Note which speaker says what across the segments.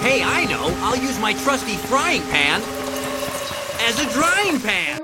Speaker 1: Hey, I know. I'll use my trusty frying pan as a drying pan.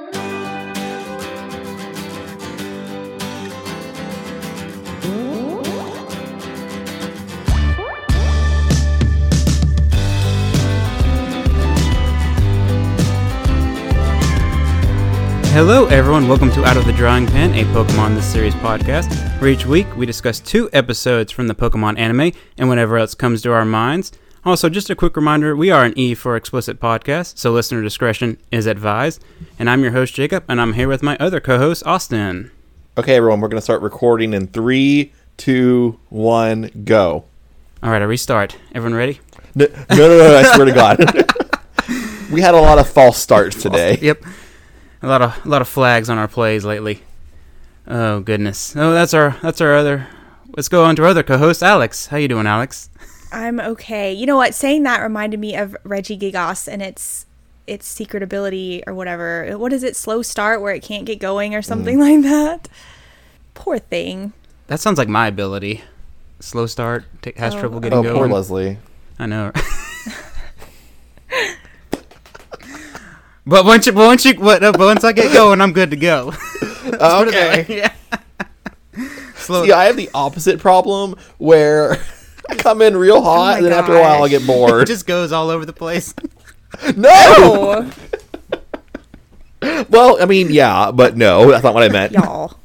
Speaker 2: Hello, everyone. Welcome to Out of the Drawing Pen, a Pokemon This Series podcast, where each week we discuss two episodes from the Pokemon anime and whatever else comes to our minds. Also, just a quick reminder we are an E for explicit podcast, so listener discretion is advised. And I'm your host, Jacob, and I'm here with my other co host, Austin.
Speaker 3: Okay, everyone, we're going to start recording in three, two, one, go.
Speaker 2: All right, I restart. Everyone ready?
Speaker 3: N- No, no, no, I swear to God. we had a lot of false starts today.
Speaker 2: Yep. A lot of a lot of flags on our plays lately. Oh goodness. Oh, that's our that's our other. Let's go on to our other co-host, Alex. How you doing, Alex?
Speaker 4: I'm okay. You know what? Saying that reminded me of Reggie Gigas and its its secret ability or whatever. What is it? Slow start where it can't get going or something like that. Poor thing.
Speaker 2: That sounds like my ability. Slow start t- has trouble getting
Speaker 3: Oh,
Speaker 2: going.
Speaker 3: poor Leslie.
Speaker 2: I know. but once you, but once you, but, uh, but once I get going, I'm good to go. Put it that way. yeah. Slow.
Speaker 3: See, I have the opposite problem where I come in real hot,
Speaker 4: my
Speaker 3: and then after a while I
Speaker 4: gosh.
Speaker 3: get
Speaker 2: it
Speaker 3: bored.
Speaker 2: just goes all over the place.
Speaker 3: no!
Speaker 4: Oh,
Speaker 3: Well, I mean, yeah, but no, that's not what I meant.
Speaker 4: y'all.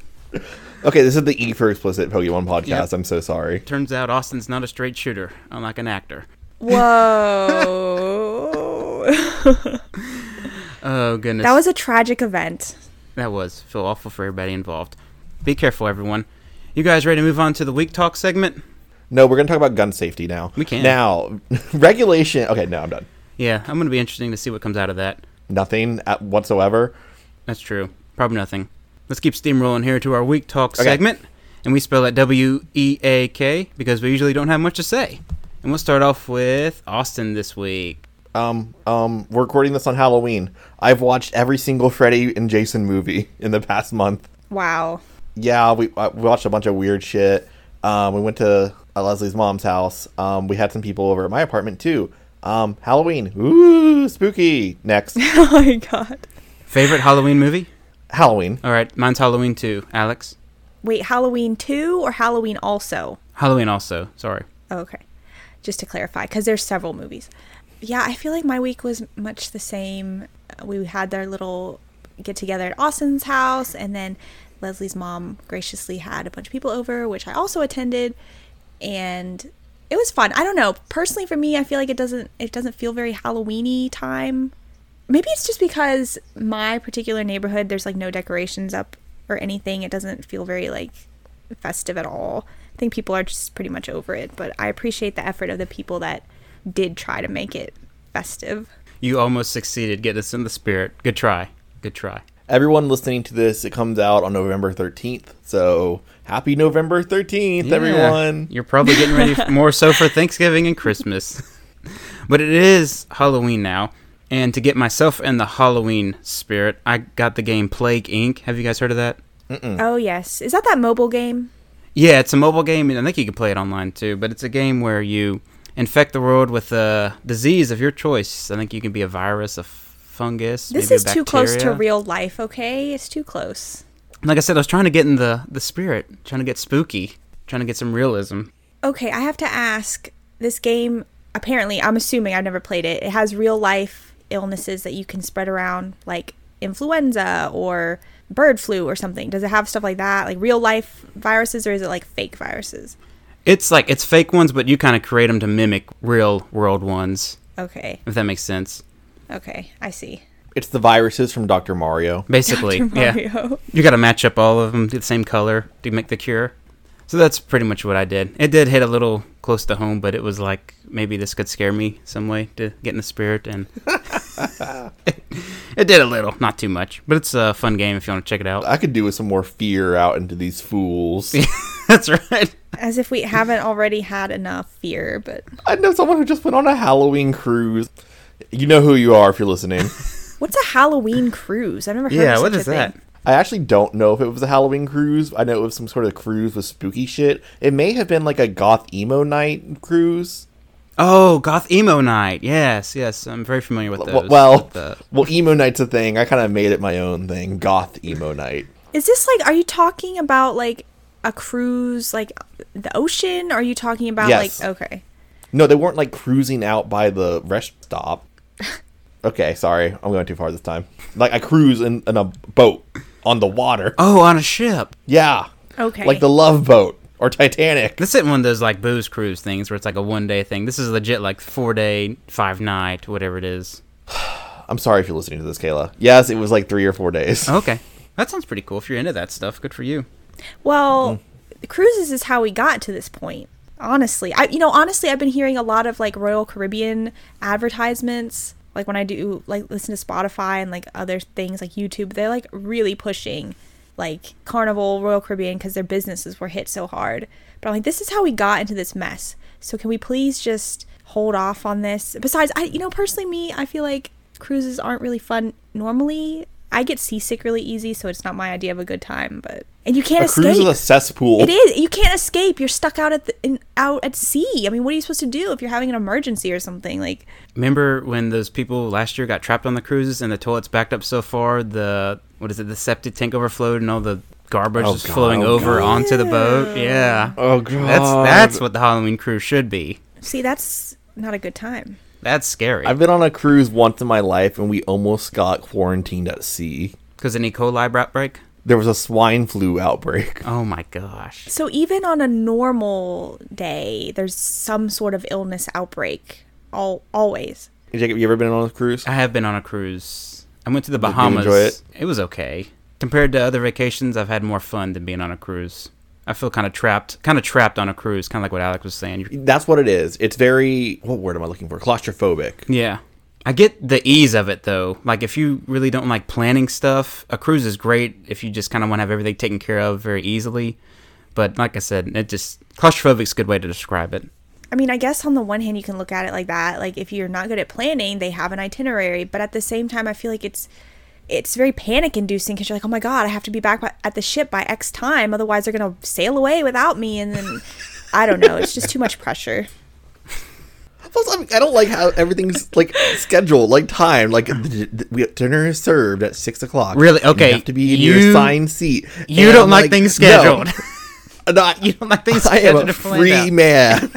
Speaker 3: Okay, this is the E for explicit Pokemon podcast.
Speaker 2: Yep.
Speaker 3: I'm so sorry.
Speaker 2: Turns out Austin's not a straight shooter, unlike an actor.
Speaker 4: Whoa.
Speaker 2: Oh goodness.
Speaker 4: that was a tragic event.
Speaker 2: That was. Feel awful for everybody involved. Be careful, everyone. You guys ready to move on to the week talk segment?
Speaker 3: No, we're going to talk about gun safety now.
Speaker 2: We can.
Speaker 3: Now, regulation. Okay, no, I'm done.
Speaker 2: Yeah, I'm gonna be interesting to see what comes out of that.
Speaker 3: Nothing uh, whatsoever.
Speaker 2: That's true. Probably nothing. Let's keep steamrolling here to our week talk
Speaker 3: Okay.
Speaker 2: segment, and we spell it W E A K because we usually don't have much to say. And we'll start off with Austin this week.
Speaker 3: Um, um, we're recording this on Halloween. I've watched every single Freddy and Jason movie in the past month.
Speaker 4: Wow.
Speaker 3: Yeah, we, uh, we watched a bunch of weird shit. Um, we went to uh, Leslie's mom's house. Um, we had some people over at my apartment too. Um, Halloween. Ooh, spooky. Next,
Speaker 4: Oh my god.
Speaker 2: Favorite Halloween movie?
Speaker 3: Halloween.
Speaker 2: All right, mine's Halloween too. Alex,
Speaker 4: Wait, Halloween 2 or Halloween also?
Speaker 2: Halloween also. Sorry.
Speaker 4: Okay. Just to clarify, because there's several movies. Yeah, I feel like my week was much the same. We had their little get together at Austin's house, and then Leslie's mom graciously had a bunch of people over, which I also attended, and it was fun. I don't know. Personally, for me, I feel like it doesn't it doesn't feel very Halloweeny time. Maybe it's just because my particular neighborhood, there's like no decorations up or anything. It doesn't feel very like festive at all. I think people are just pretty much over it, but I appreciate the effort of the people that did try to make it festive.
Speaker 2: You almost succeeded. Get us in the spirit. Good try. Good try.
Speaker 3: Everyone listening to this, it comes out on November thirteenth. So happy November thirteenth, everyone.
Speaker 2: You're probably getting ready f more so for Thanksgiving and Christmas. but it is Halloween now, and to get myself in the Halloween spirit, I got the game Plague Inc. Have you guys heard of that? Hmm.
Speaker 4: Oh yes, is that that mobile game?
Speaker 2: Yeah, it's a mobile game, and I think you can play it online too. But it's a game where you infect the world with a disease of your choice. I think you can be a virus, a f- fungus.
Speaker 4: This
Speaker 2: maybe a
Speaker 4: is too close to
Speaker 2: bacteria.
Speaker 4: real life. Okay, it's too close.
Speaker 2: Like I said, I was trying to get in the the spirit, trying to get spooky, trying to get some realism.
Speaker 4: Okay, I have to ask. This game apparently, I'm assuming I've never played it. It has real life illnesses that you can spread around, like influenza or bird flu or something. Does it have stuff like that, like real life viruses, or is it like fake viruses?
Speaker 2: It's like it's fake ones, but you kind of create them to mimic real world ones,
Speaker 4: Okay,
Speaker 2: if that makes sense.
Speaker 4: okay, I see.
Speaker 3: It's the viruses from Doctor Mario.
Speaker 2: Basically, yeah,
Speaker 4: Mario.
Speaker 2: you got to match up all of them to the same color to make the cure. So that's pretty much what I did. It did hit a little close to home, but it was like maybe this could scare me some way to get in the spirit, and it did a little, not too much, but it's a fun game if you want to check it out.
Speaker 3: I could do with some more fear out into these fools.
Speaker 2: that's right.
Speaker 4: As if we haven't already had enough fear, but
Speaker 3: I know someone who just went on a Halloween cruise. You know who you are if you're listening.
Speaker 4: what's a Halloween cruise? I've never heard of
Speaker 2: Yeah,
Speaker 4: such
Speaker 2: what
Speaker 4: a
Speaker 2: is that?
Speaker 4: thing.
Speaker 3: I actually don't know if it was a Halloween cruise. I know it was some sort of cruise with spooky shit. It may have been like a goth emo night cruise.
Speaker 2: Oh, goth emo night. Yes, yes. I'm very familiar with
Speaker 3: W-
Speaker 2: those.
Speaker 3: well,
Speaker 2: with the-
Speaker 3: well, emo night's a thing. I kind of made it my own thing. Goth emo night.
Speaker 4: Is this like? Are you talking about like a cruise, like the ocean? Are you talking about
Speaker 3: Yes.
Speaker 4: like? Okay.
Speaker 3: No, they weren't like cruising out by the rest stop. Okay, sorry, I'm going too far this time. Like I cruise in, in a boat on the water.
Speaker 2: oh, on a ship.
Speaker 3: Yeah.
Speaker 4: Okay.
Speaker 3: Like the Love Boat or Titanic.
Speaker 2: This isn't one of those like booze cruise things where it's like a one day thing. This is legit like four day, five night, whatever it is.
Speaker 3: I'm sorry if you're listening to this, Kayla. Yes, it was like three or four days.
Speaker 2: Okay, that sounds pretty cool. If you're into that stuff, good for you.
Speaker 4: Well,
Speaker 2: Mm.
Speaker 4: cruises is how we got to this point. Honestly, I you know honestly I've been hearing a lot of like Royal Caribbean advertisements. Like when I do like listen to Spotify and like other things like YouTube, they're like really pushing like Carnival, Royal Caribbean because their businesses were hit so hard. But I'm like, this is how we got into this mess. So can we please just hold off on this? Besides, I you know personally me, I feel like cruises aren't really fun normally. I get seasick really easy, so it's not my idea of a good time. But and you can't
Speaker 3: A
Speaker 4: escape.
Speaker 3: cruise is a cesspool.
Speaker 4: It is. You can't escape. You're stuck out at the, in, out at sea. I mean, what are you supposed to do if you're having an emergency or something? Like,
Speaker 2: Remember when those people last year got trapped on the cruises and the toilets backed up so far the what is it the septic tank overflowed and all the garbage
Speaker 3: Oh,
Speaker 2: was
Speaker 3: God.
Speaker 2: flowing
Speaker 3: Oh,
Speaker 2: over onto the boat? Yeah.
Speaker 3: Oh god.
Speaker 2: That's that's what the Halloween cruise should be.
Speaker 4: see, that's not a good time.
Speaker 2: That's scary
Speaker 3: I've been on a cruise once in my life and we almost got quarantined at sea.
Speaker 2: because an E. coli outbreak.
Speaker 3: There was a swine flu outbreak.
Speaker 2: Oh my gosh.
Speaker 4: So even on a normal day, there's some sort of illness outbreak. All always.
Speaker 3: Jacob, you ever been on a cruise?
Speaker 2: I have been on a cruise. I went to the Bahamas.
Speaker 3: enjoy it?
Speaker 2: was okay. Compared to other vacations, I've had more fun than being on a cruise. I feel kind of trapped, kind of trapped on a cruise, kind of like what Alex was saying. You're-
Speaker 3: That's what it is. It's very what word am I looking for? Claustrophobic.
Speaker 2: yeah. I get the ease of it though. Like if you really don't like planning stuff, a cruise is great if you just kind of want to have everything taken care of very easily. But like I said, it just claustrophobic's a good way to describe it.
Speaker 4: I mean, I guess on the one hand, you can look at it like that. Like, if you're not good at planning, they have an itinerary. But at the same time, I feel like it's it's very panic inducing because you're like, oh my god, I have to be back by, at the ship by X time, otherwise they're gonna sail away without me. And then I don't know, it's just too much pressure.
Speaker 3: Plus, I, mean, I don't like how everything's like scheduled, like time. Like d- d- we- dinner is served at six o'clock.
Speaker 2: Really?
Speaker 3: And
Speaker 2: Okay,
Speaker 3: You have to be in
Speaker 2: you-
Speaker 3: your assigned seat.
Speaker 2: You
Speaker 3: And
Speaker 2: don't
Speaker 3: I'm
Speaker 2: like, things
Speaker 3: no.
Speaker 2: scheduled.
Speaker 3: No, I,
Speaker 2: you don't like things
Speaker 3: I
Speaker 2: scheduled.
Speaker 3: am a
Speaker 2: to plan
Speaker 3: free
Speaker 2: out.
Speaker 3: man.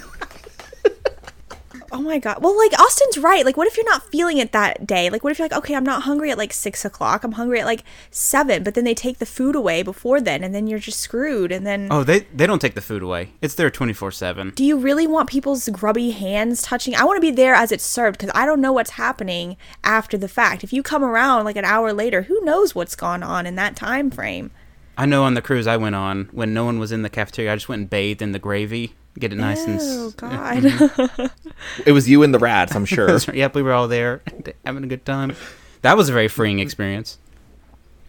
Speaker 4: Oh my god. Well, like Austin's right. Like, what if you're not feeling it that day? Like, what if you're like, okay, I'm not hungry at like six o'clock. I'm hungry at like seven. But then they take the food away before then, and then you're just screwed. And then
Speaker 2: Oh, they they don't take the food away. It's there twenty four seven.
Speaker 4: do you really want people's grubby hands touching? I want to be there as it's served because I don't know what's happening after the fact. If you come around like an hour later, who knows what's gone on in that time frame?
Speaker 2: I know on the cruise I went on when no one was in the cafeteria, I just went and bathed in the gravy, get it nice and.
Speaker 4: Oh
Speaker 2: s-
Speaker 4: God!
Speaker 3: It was you and the rats, I'm sure.
Speaker 2: Yep, we were all there having a good time. That was a very freeing experience.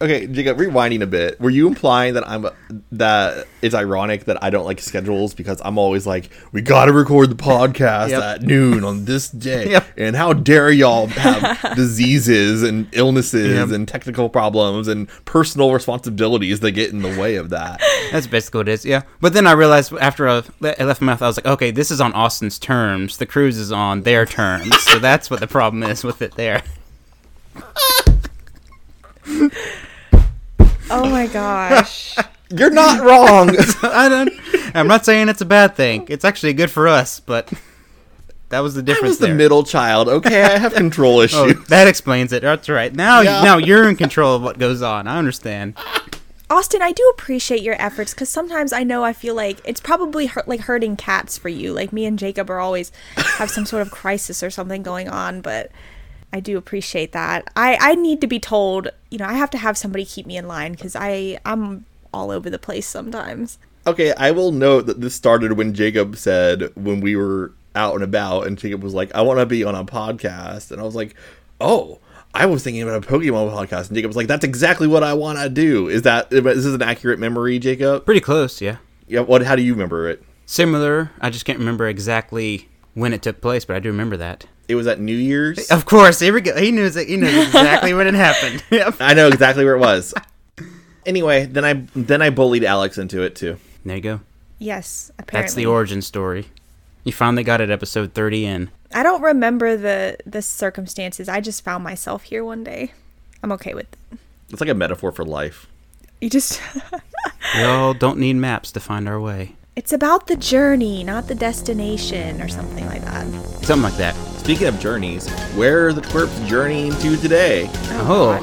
Speaker 3: okay, Jacob, rewinding a bit. Were you implying that I'm a, that it's ironic that I don't like schedules because I'm always like, we got to record the podcast
Speaker 2: Yep.
Speaker 3: at noon on this day,
Speaker 2: Yep.
Speaker 3: and how dare y'all have diseases and illnesses
Speaker 2: Yep.
Speaker 3: and technical problems and personal responsibilities that get in the way of that.
Speaker 2: That's basically what it is, yeah. But then I realized after I le- I left my mouth, I was like, okay, this is on Austin's terms. The cruise is on their terms. so that's what the problem is with it there.
Speaker 4: oh my gosh!
Speaker 3: You're not wrong.
Speaker 2: I don't, I'm not saying it's a bad thing. It's actually good for us, but that was the
Speaker 3: I
Speaker 2: difference
Speaker 3: was the
Speaker 2: there.
Speaker 3: middle child. Okay, I have control issues.
Speaker 2: Oh, that explains it. That's right. Now,
Speaker 3: Yeah.
Speaker 2: now you're in control of what goes on. I understand.
Speaker 4: Austin, I do appreciate your efforts because sometimes I know I feel like it's probably hurt, like herding cats for you. Like me and Jacob are always have some sort of crisis or something going on, but I do appreciate that. I I need to be told, you know, I have to have somebody keep me in line because I I'm all over the place sometimes.
Speaker 3: Okay, I will note that this started when Jacob said when we were out and about, and Jacob was like, "I want to be on a podcast," and I was like, "Oh." I was thinking about a Pokemon podcast, and Jacob was like, "That's exactly what I want to do." Is that is this an accurate memory, Jacob?
Speaker 2: Pretty close, yeah.
Speaker 3: Yeah. What? How do you remember it?
Speaker 2: Similar. I just can't remember exactly when it took place, but I do remember that.
Speaker 3: It was at New Year's.
Speaker 2: Of course, here we go. He knew he knew exactly when it happened. Yep.
Speaker 3: I know exactly where it was. anyway, then I then I bullied Alex into it too.
Speaker 2: There you go.
Speaker 4: Yes, apparently.
Speaker 2: That's the origin story. You finally got it episode 30 in.
Speaker 4: I don't remember the the circumstances. I just found myself here one day. I'm okay with it.
Speaker 3: It's like a metaphor for life.
Speaker 4: You just
Speaker 2: We all don't need maps to find our way.
Speaker 4: it's about the journey, not the destination or something like that.
Speaker 2: Something like that.
Speaker 3: Speaking of journeys, where are the twerps journeying to today?
Speaker 2: Oh,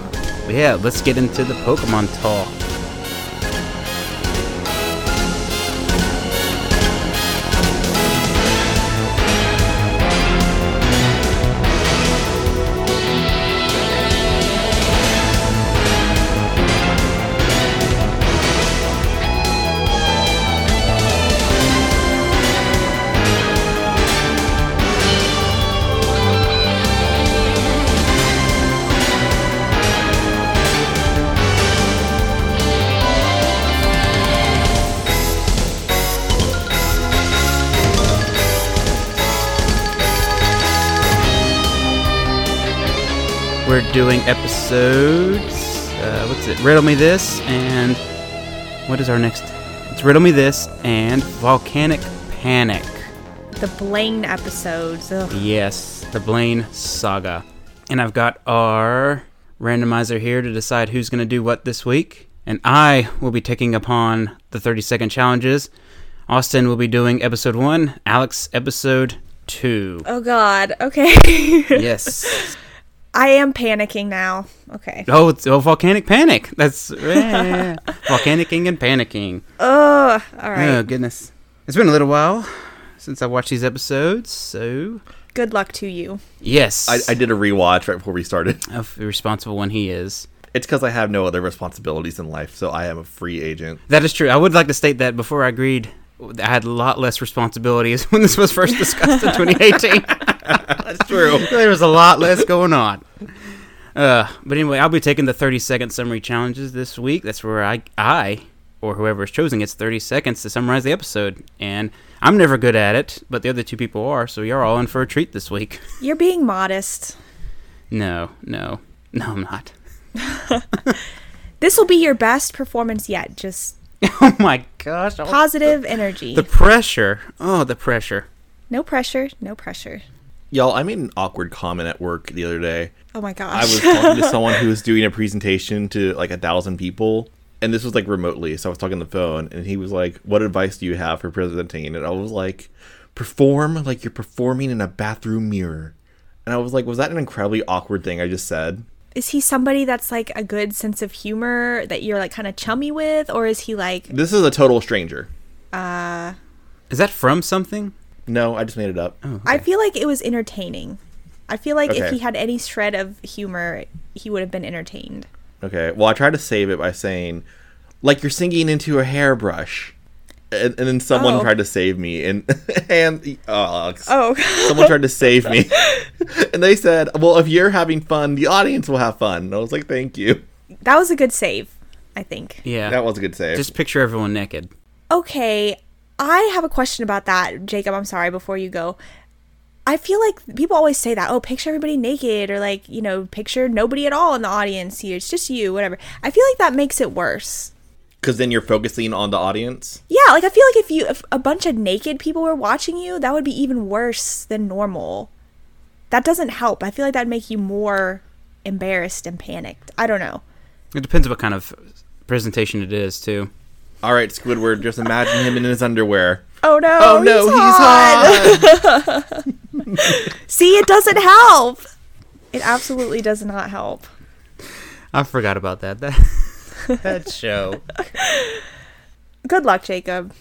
Speaker 2: yeah, let's get into the Pokemon talk. We're doing episodes. Uh, what's it? Riddle Me This and. What is our next? It's Riddle Me This and Volcanic Panic.
Speaker 4: The Blaine episodes.
Speaker 3: Mm.
Speaker 4: Ugh.
Speaker 2: Yes, the Blaine Saga. And I've got our randomizer here to decide who's going to do what this week. And I will be taking upon the 30 second challenges. Austin will be doing episode one, Alex episode two.
Speaker 4: Oh God. Okay.
Speaker 2: Yes.
Speaker 4: I am panicking now. Okay.
Speaker 2: Oh, it's oh, volcanic panic. That's yeah. volcanicking and panicking.
Speaker 4: Ugh. All right.
Speaker 2: Oh goodness, it's been a little while since I watched these episodes. So
Speaker 4: Good luck to you.
Speaker 2: yes,
Speaker 3: I, I did a rewatch right before we started.
Speaker 2: How f- responsible one he is.
Speaker 3: It's because I have no other responsibilities in life, so I am a free agent.
Speaker 2: That is true. I would like to state that before I agreed, I had a lot less responsibilities when this was first discussed in 2018.
Speaker 3: That's true.
Speaker 2: there was a lot less going on. Uh, but anyway, I'll be taking the 30 second summary challenges this week. That's where I, I or whoever is chosen gets 30 seconds to summarize the episode. And I'm never good at it, but the other two people are, so you're all in for a treat this week.
Speaker 4: You're being modest.
Speaker 2: No, no, no, I'm not.
Speaker 4: This will be your best performance yet. Just
Speaker 2: oh my gosh. all-
Speaker 4: positive energy.
Speaker 2: The pressure. Oh, the pressure.
Speaker 4: No pressure. No pressure.
Speaker 3: Y'all, I made an awkward comment at work the other day.
Speaker 4: Oh my
Speaker 3: I was
Speaker 4: gosh.
Speaker 3: talking to someone who was doing a presentation to like a thousand people, and this was like remotely. So I was talking on the phone, and he was like, "What advice do you have for presenting?" And I was like, "Perform like you're performing in a bathroom mirror." And I was like, "Was that an incredibly awkward thing I just said?"
Speaker 4: is he somebody that's like a good sense of humor that you're like kind of chummy with, or is he like
Speaker 3: This is a total stranger.
Speaker 2: Is that from something?
Speaker 3: No, I just made it up.
Speaker 4: I feel like it was entertaining. I feel like if
Speaker 3: Okay.
Speaker 4: he had any shred of humor, he would have been entertained.
Speaker 3: Okay. Well, I tried to save it by saying, like you're singing into a hairbrush, and, and then someone
Speaker 4: Oh.
Speaker 3: tried to save me, and and oh, Alex.
Speaker 4: Oh,
Speaker 3: someone tried to save me, and they said, "Well, if you're having fun, the audience will have fun." And I was like, "Thank you."
Speaker 4: that was a good save, I think.
Speaker 2: Yeah.
Speaker 3: That was a good save.
Speaker 2: Just picture everyone naked.
Speaker 4: Okay, I have a question about that, Jacob. I'm sorry before you go. I feel like people always say that, oh, picture everybody naked or like, you know, picture nobody at all in the audience here. It's just you, whatever. I feel like that makes it worse.
Speaker 3: because then you're focusing on the audience.
Speaker 4: Yeah, like I feel like if you if a bunch of naked people were watching you, that would be even worse than normal. That doesn't help. I feel like that'd make you more embarrassed and panicked. I don't know.
Speaker 2: It depends what kind of presentation it is, too.
Speaker 3: All right, Squidward, just imagine him in his underwear.
Speaker 4: Oh no.
Speaker 3: Oh, no, he's hot.
Speaker 4: See, it doesn't help. It absolutely does not help.
Speaker 2: I forgot about that. That, that show.
Speaker 4: Good luck, Jacob.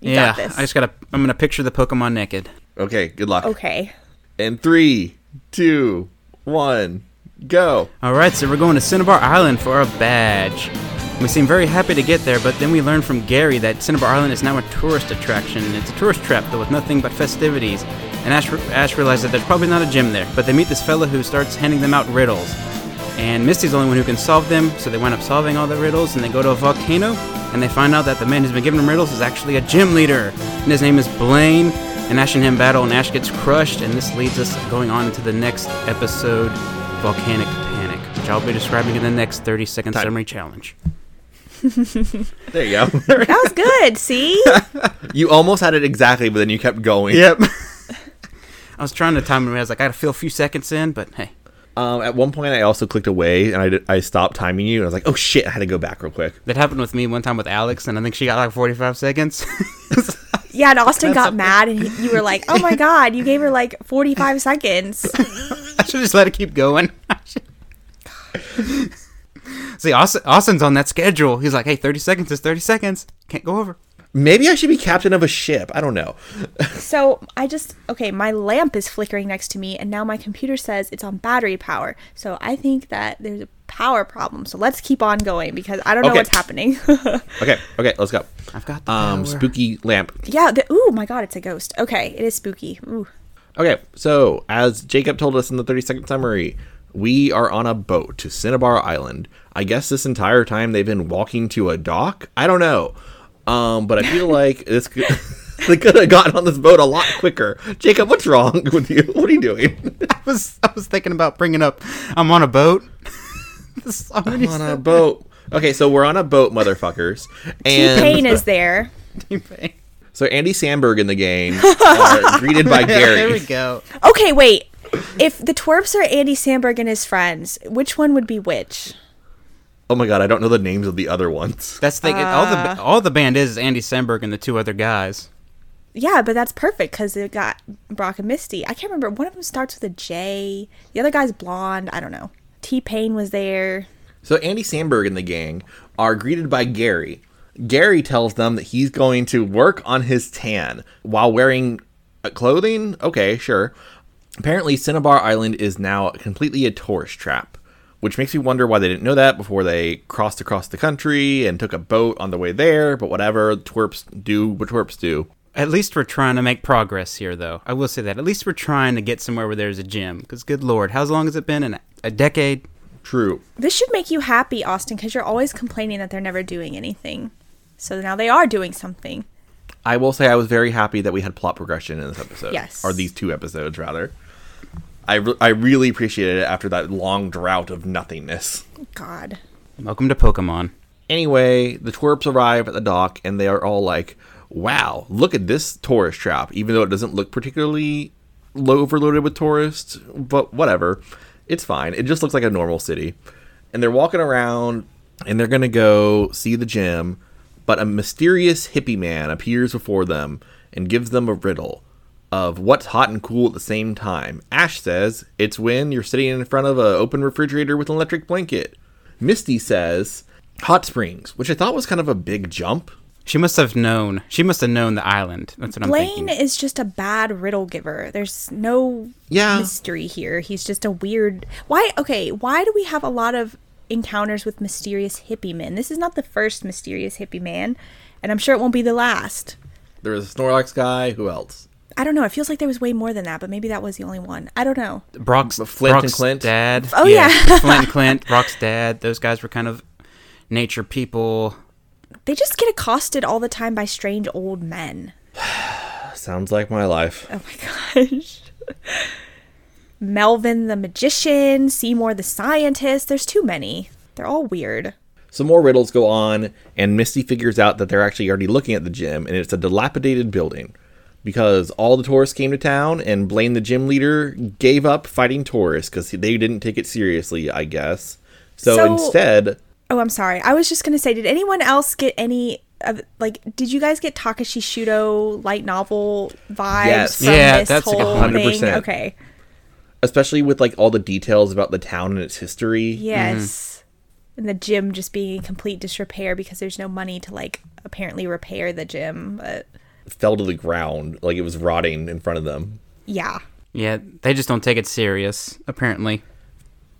Speaker 4: You
Speaker 2: yeah,
Speaker 4: got this.
Speaker 2: I just gotta. I'm gonna picture the Pokemon naked.
Speaker 3: Okay, good luck.
Speaker 4: okay.
Speaker 3: And three, two, one, go.
Speaker 2: All right, so we're going to Cinnabar Island for a badge. We seem very happy to get there, but then we learn from Gary that Cinnabar Island is now a tourist attraction. It's a tourist trap, though, with nothing but festivities. And Ash, Ash realizes that there's probably not a gym there, but they meet this fella who starts handing them out riddles. And Misty's the only one who can solve them, so they wind up solving all the riddles, and they go to a volcano, and they find out that the man who's been giving them riddles is actually a gym leader. And his name is Blaine, and Ash and him battle, and Ash gets crushed, and this leads us going on into the next episode, Volcanic Panic, which I'll be describing in the next 30 second summary challenge.
Speaker 3: There you go.
Speaker 4: That was good. See?
Speaker 3: you almost had it exactly, but then you kept going.
Speaker 2: Yep. I was trying to time it. I was like, I gotta feel a few seconds in, but hey,
Speaker 3: Um, at one point, I also clicked away and I, did- I stopped timing you. And I was like, oh shit, I had to go back real quick.
Speaker 2: that happened with me one time with Alex, and I think she got like 45 seconds.
Speaker 4: Yeah, and Austin got mad, and he- you were like, "Oh my god, you gave her like 45 seconds."
Speaker 2: I should just let it keep going. See, Austin, Austin's on that schedule. He's like, hey, 30 seconds is 30 seconds. Can't go over.
Speaker 3: Maybe I should be captain of a ship. I don't know.
Speaker 4: So I just okay, my lamp is flickering next to me, and now my computer says it's on battery power. So I think that there's a power problem. So let's keep on going because I don't know
Speaker 3: Okay.
Speaker 4: what's happening.
Speaker 3: Okay, okay, let's go.
Speaker 2: I've got the
Speaker 3: Um,
Speaker 2: power.
Speaker 3: spooky lamp.
Speaker 4: yeah. The, ooh, my god, it's a ghost. Okay, it is spooky. Ooh.
Speaker 3: Okay, so as Jacob told us in the 30 second summary, we are on a boat to Cinnabar Island. I guess this entire time they've been walking to a dock? I don't know. Um, but I feel like this could, they could have gotten on this boat a lot quicker. Jacob, what's wrong with you? What are you doing?
Speaker 2: I was, I was thinking about bringing up, I'm on a boat. This- I'm already
Speaker 3: on a
Speaker 2: said
Speaker 3: boat. Okay, so we're on a boat, motherfuckers. And
Speaker 4: Pain is there.
Speaker 2: T-Pain.
Speaker 3: so Andy Sandberg in the game are greeted by Gary.
Speaker 2: there we go.
Speaker 4: Okay, wait. If the twerps are Andy Samberg and his friends, which one would be which?
Speaker 3: Oh my god, I don't know the names of the other ones.
Speaker 2: That's the thing. it- all the all the band is is Andy Samberg and the two other guys.
Speaker 4: Yeah, but that's perfect because it got Brock and Misty. I can't remember. One of them starts with a J. The other guy's blonde. I don't know. T Pain was there.
Speaker 3: So Andy Sandberg and the gang are greeted by Gary. Gary tells them that he's going to work on his tan while wearing uh, clothing. Okay, sure. Apparently, Cinnabar Island is now completely a tourist trap, which makes me wonder why they didn't know that before they crossed across the country and took a boat on the way there. But whatever, twerps do what twerps do.
Speaker 2: At least we're trying to make progress here, though. I will say that. At least we're trying to get somewhere where there's a gym. Because, good lord, how long has it been? An, a decade?
Speaker 3: True.
Speaker 4: This should make you happy, Austin, because you're always complaining that they're never doing anything. So now they are doing something.
Speaker 3: I will say I was very happy that we had plot progression in this episode.
Speaker 4: Yes.
Speaker 3: Or these two episodes, rather. I, re- I really appreciated it after that long drought of nothingness.
Speaker 4: God.
Speaker 2: Welcome to Pokemon.
Speaker 3: Anyway, the twerps arrive at the dock and they are all like, wow, look at this tourist trap, even though it doesn't look particularly lo- overloaded with tourists, but whatever. It's fine. It just looks like a normal city. And they're walking around and they're going to go see the gym, but a mysterious hippie man appears before them and gives them a riddle of what's hot and cool at the same time. Ash says it's when you're sitting in front of an open refrigerator with an electric blanket. Misty says hot springs, which I thought was kind of a big jump.
Speaker 2: She must have known. She must have known the island. That's what I'm
Speaker 4: Blaine
Speaker 2: thinking.
Speaker 4: is just a bad riddle giver. There's no
Speaker 3: Yeah.
Speaker 4: mystery here. He's just a weird. Why? Okay, why do we have a lot of encounters with mysterious hippie men? This is not the first mysterious hippie man, and I'm sure it won't be the last.
Speaker 3: There was a Snorlax guy. Who else?
Speaker 4: I don't know. It feels like there was way more than that, but maybe that was the only one. I don't know.
Speaker 2: Brock's,
Speaker 3: Flint and
Speaker 2: Brock's
Speaker 3: Clint?
Speaker 2: dad.
Speaker 4: Oh, yeah.
Speaker 2: Flint and Clint, Brock's dad. Those guys were kind of nature people.
Speaker 4: They just get accosted all the time by strange old men.
Speaker 3: Sounds like my life.
Speaker 4: Oh my gosh. Melvin the magician, Seymour the scientist. There's too many. They're all weird.
Speaker 3: Some more riddles go on, and Misty figures out that they're actually already looking at the gym, and it's a dilapidated building because all the tourists came to town, and Blaine, the gym leader, gave up fighting tourists because they didn't take it seriously, I guess. so
Speaker 4: So-
Speaker 3: instead,
Speaker 4: Oh, I'm sorry. I was just gonna say, did anyone else get any of like? Did you guys get Takashi Shudo light novel vibes
Speaker 3: Yes.
Speaker 4: from
Speaker 2: Yeah,
Speaker 4: this
Speaker 2: that's a
Speaker 4: whole thing?
Speaker 3: 100%.
Speaker 4: Okay.
Speaker 3: especially with like all the details about the town and its history.
Speaker 4: Yes. And the gym just being in complete disrepair because there's no money to like apparently repair the gym. But
Speaker 3: fell to the ground like it was rotting in front of them.
Speaker 4: yeah,
Speaker 2: Yeah, they just don't take it serious, apparently.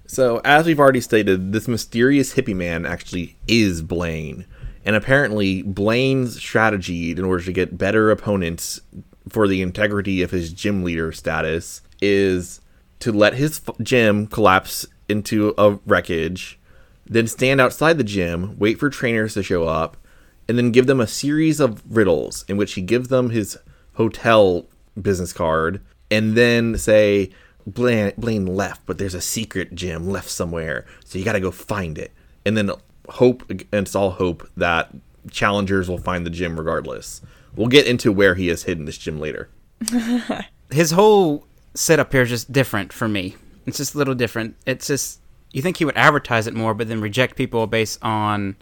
Speaker 3: So, as we've already stated, this mysterious hippie man actually is Blaine. And apparently, Blaine's strategy in order to get better opponents for the integrity of his gym leader status is to let his f- gym collapse into a wreckage, then stand outside the gym, wait for trainers to show up, and then give them a series of riddles in which he gives them his hotel business card and then say Blaine, Blaine left, but there's a secret gym left somewhere, so you got to go find it. And then hope against all hope that challengers will find the gym regardless. We'll get into where he has hidden this gym later.
Speaker 2: His whole setup here is just different for me. It's just a little different. It's just you think he would advertise it more, but then reject people based on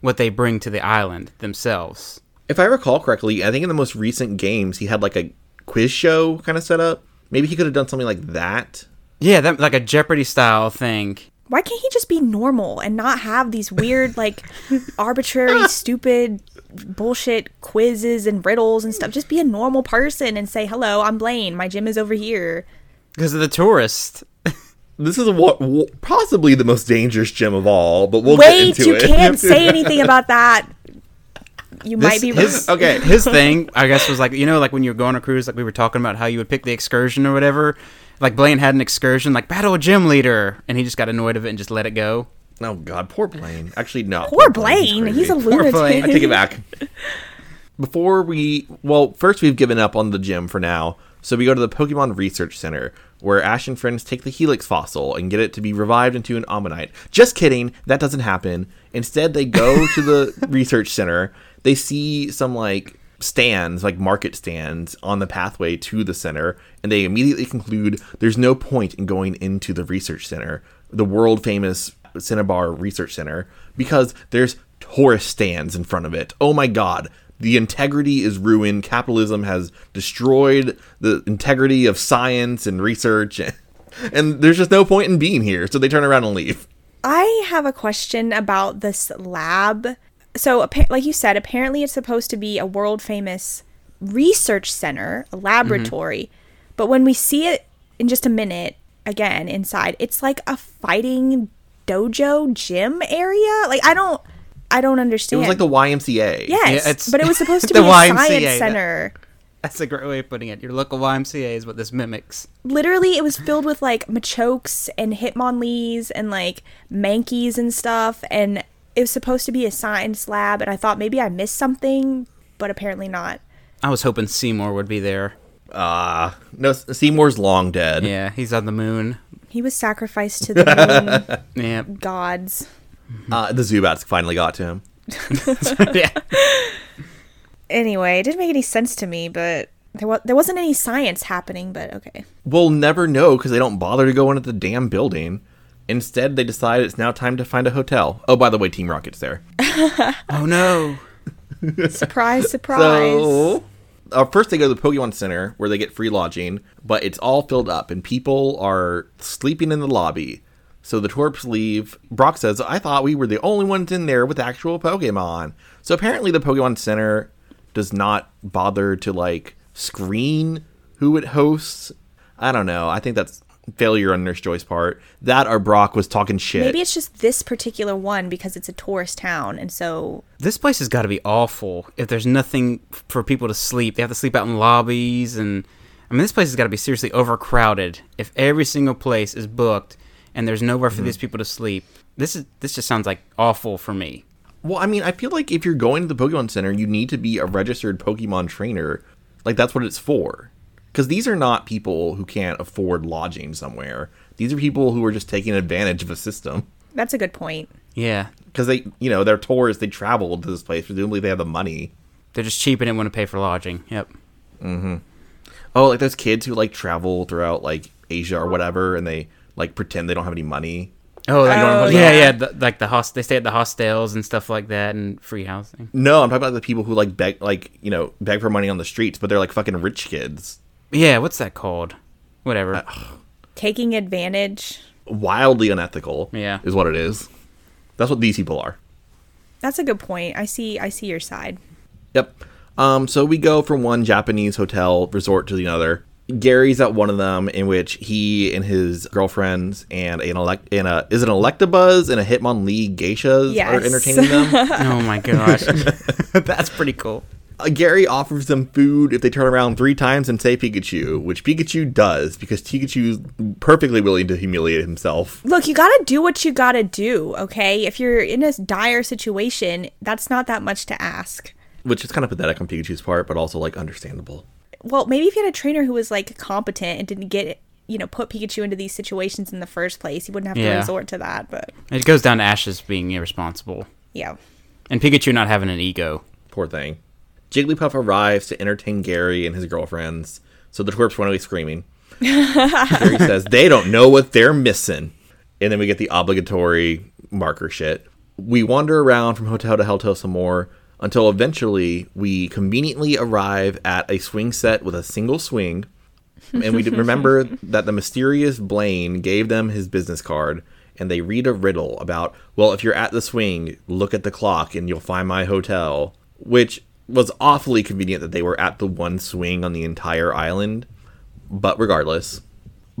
Speaker 2: what they bring to the island themselves.
Speaker 3: If I recall correctly, I think in the most recent games he had like a quiz show kind of set up. Maybe he could have done something like that.
Speaker 2: Yeah, that like a Jeopardy style thing.
Speaker 4: Why can't he just be normal and not have these weird, like, arbitrary, stupid, bullshit quizzes and riddles and stuff? Just be a normal person and say, "Hello, I'm Blaine. My gym is over here."
Speaker 2: Because of the tourist.
Speaker 3: This is what possibly the most dangerous gym of all, but we'll get
Speaker 4: Wait,
Speaker 3: into
Speaker 4: you
Speaker 3: it.
Speaker 4: can't say anything about that. You might be right.
Speaker 2: his, okay. His thing, I guess, was like you know, like when you were going on a cruise, like we were talking about how you would pick the excursion or whatever. Like Blaine had an excursion, like battle a gym leader, and he just got annoyed of it and just let it go.
Speaker 3: oh God, poor Blaine. Actually, no.
Speaker 4: Poor Blaine. He's, a
Speaker 3: crazy.
Speaker 2: Blaine.
Speaker 4: lunatic.
Speaker 3: I take it back. Before we, well, first we've given up on the gym for now, so we go to the Pokemon Research Center, where Ash and friends take the Helix fossil and get it to be revived into an Ammonite. Just kidding, that doesn't happen. Instead, they go to the Research Center. They see some like stands, like market stands, on the pathway to the center, and they immediately conclude there's no point in going into the Research Center, the world famous Cinnabar Research Center, because there's tourist stands in front of it. Oh my god. The integrity is ruined. Capitalism has destroyed the integrity of science and research. And, and there's just no point in being here. So they turn around and leave.
Speaker 4: I have a question about this lab. So, appa- like you said, apparently it's supposed to be a world famous research center, a laboratory. But when we see it in just a minute again inside, it's like a fighting dojo gym area. Like I don't, I don't
Speaker 3: It
Speaker 4: understand.
Speaker 3: was like the YMCA.
Speaker 4: yes,
Speaker 2: Yeah, it's-
Speaker 4: but it was supposed to be
Speaker 2: the
Speaker 4: a
Speaker 2: YMCA,
Speaker 4: science
Speaker 2: yeah.
Speaker 4: center.
Speaker 2: That's a great way of putting it. Your local YMCA is what this mimics.
Speaker 4: literally it was filled with like machokes and hitmonlees and like mankeys and stuff and it was supposed to be a science lab and i thought maybe i missed something but apparently not
Speaker 2: I was hoping Seymour would be there.
Speaker 3: Ah, no, Seymour's long dead.
Speaker 2: Yeah, he's on the moon.
Speaker 4: he was sacrificed to the moon
Speaker 2: Yeah,
Speaker 4: gods
Speaker 3: Uh, the Zubats finally got to him.
Speaker 2: yeah.
Speaker 4: anyway it didn't make any sense to me but there, wa- there wasn't any science happening but okay
Speaker 3: We'll never know because they don't bother to go into the damn building. Instead, they decide it's now time to find a hotel. Oh, by the way, Team Rocket's there.
Speaker 2: Oh no.
Speaker 4: surprise surprise
Speaker 3: So, uh, first they go to the Pokemon Center where they get free lodging, but it's all filled up and people are sleeping in the lobby. So the twerps leave. Brock says, "I thought we were the only ones in there with actual Pokemon." So apparently, the Pokemon Center does not bother to like screen who it hosts. I don't know. I think that's failure on Nurse Joy's part. That or Brock was talking shit.
Speaker 4: maybe it's just this particular one because it's a tourist town and so
Speaker 2: This place has got to be awful. If there's nothing f- for people to sleep, they have to sleep out in lobbies, and I mean, this place has got to be seriously overcrowded. If every single place is booked and there's nowhere for these people to sleep, this is this just sounds like awful for me.
Speaker 3: Well, I mean, I feel like if you're going to the Pokemon Center, you need to be a registered Pokemon trainer. Like that's what it's for. Because these are not people who can't afford lodging somewhere. These are people who are just taking advantage of a system.
Speaker 4: that's a good point
Speaker 2: Yeah,
Speaker 3: Because they, you know, they're tourists. They travel to this place. Presumably, they have the money.
Speaker 2: they're just cheap and didn't want to pay for lodging. Yep.
Speaker 3: Oh, like those kids who like travel throughout like Asia or whatever, and they like pretend they don't have any money.
Speaker 2: Oh, like,
Speaker 4: Oh,
Speaker 2: yeah,
Speaker 4: yeah.
Speaker 2: yeah. the, like the host, they stay at the hostels and stuff like that, and free housing.
Speaker 3: No, I'm talking about the people who like beg, like you know, beg for money on the streets, but they're like fucking rich kids.
Speaker 2: Yeah, what's that called? Whatever.
Speaker 4: Uh, taking advantage
Speaker 3: Wildly unethical.
Speaker 2: Yeah.
Speaker 3: is what it is. That's what these people are.
Speaker 4: That's a good point. I see. I see your side.
Speaker 3: Yep. Um, so we go from one Japanese hotel resort to the other. Gary's at one of them, in which he and his girlfriends and an elect and a is it an Electabuzz and a Hitmonlee geishas
Speaker 4: Yes.
Speaker 3: are entertaining them.
Speaker 2: oh my gosh, that's pretty cool.
Speaker 3: uh, Gary offers them food if they turn around three times and say Pikachu, which Pikachu does because Pikachu's perfectly willing to humiliate himself.
Speaker 4: Look, you gotta do what you gotta do. Okay, if you're in a dire situation, that's not that much to ask.
Speaker 3: Which is kind of pathetic on Pikachu's part, but also like understandable.
Speaker 4: Well, maybe if you had a trainer who was like competent and didn't get you know put Pikachu into these situations in the first place. He wouldn't have to
Speaker 2: Yeah.
Speaker 4: resort to that. But
Speaker 2: It goes down to Ash's being irresponsible
Speaker 4: yeah,
Speaker 2: and Pikachu not having an ego.
Speaker 3: Poor thing. Jigglypuff arrives to entertain Gary and his girlfriends, so the twerps run away screaming. Gary says they don't know what they're missing. And then we get the obligatory marker shit. We wander around from hotel to hotel some more until eventually we conveniently arrive at a swing set with a single swing. And we remember that the mysterious Blaine gave them his business card and they read a riddle about, well, if you're at the swing, look at the clock and you'll find my hotel, which was awfully convenient that they were at the one swing on the entire island. But regardless,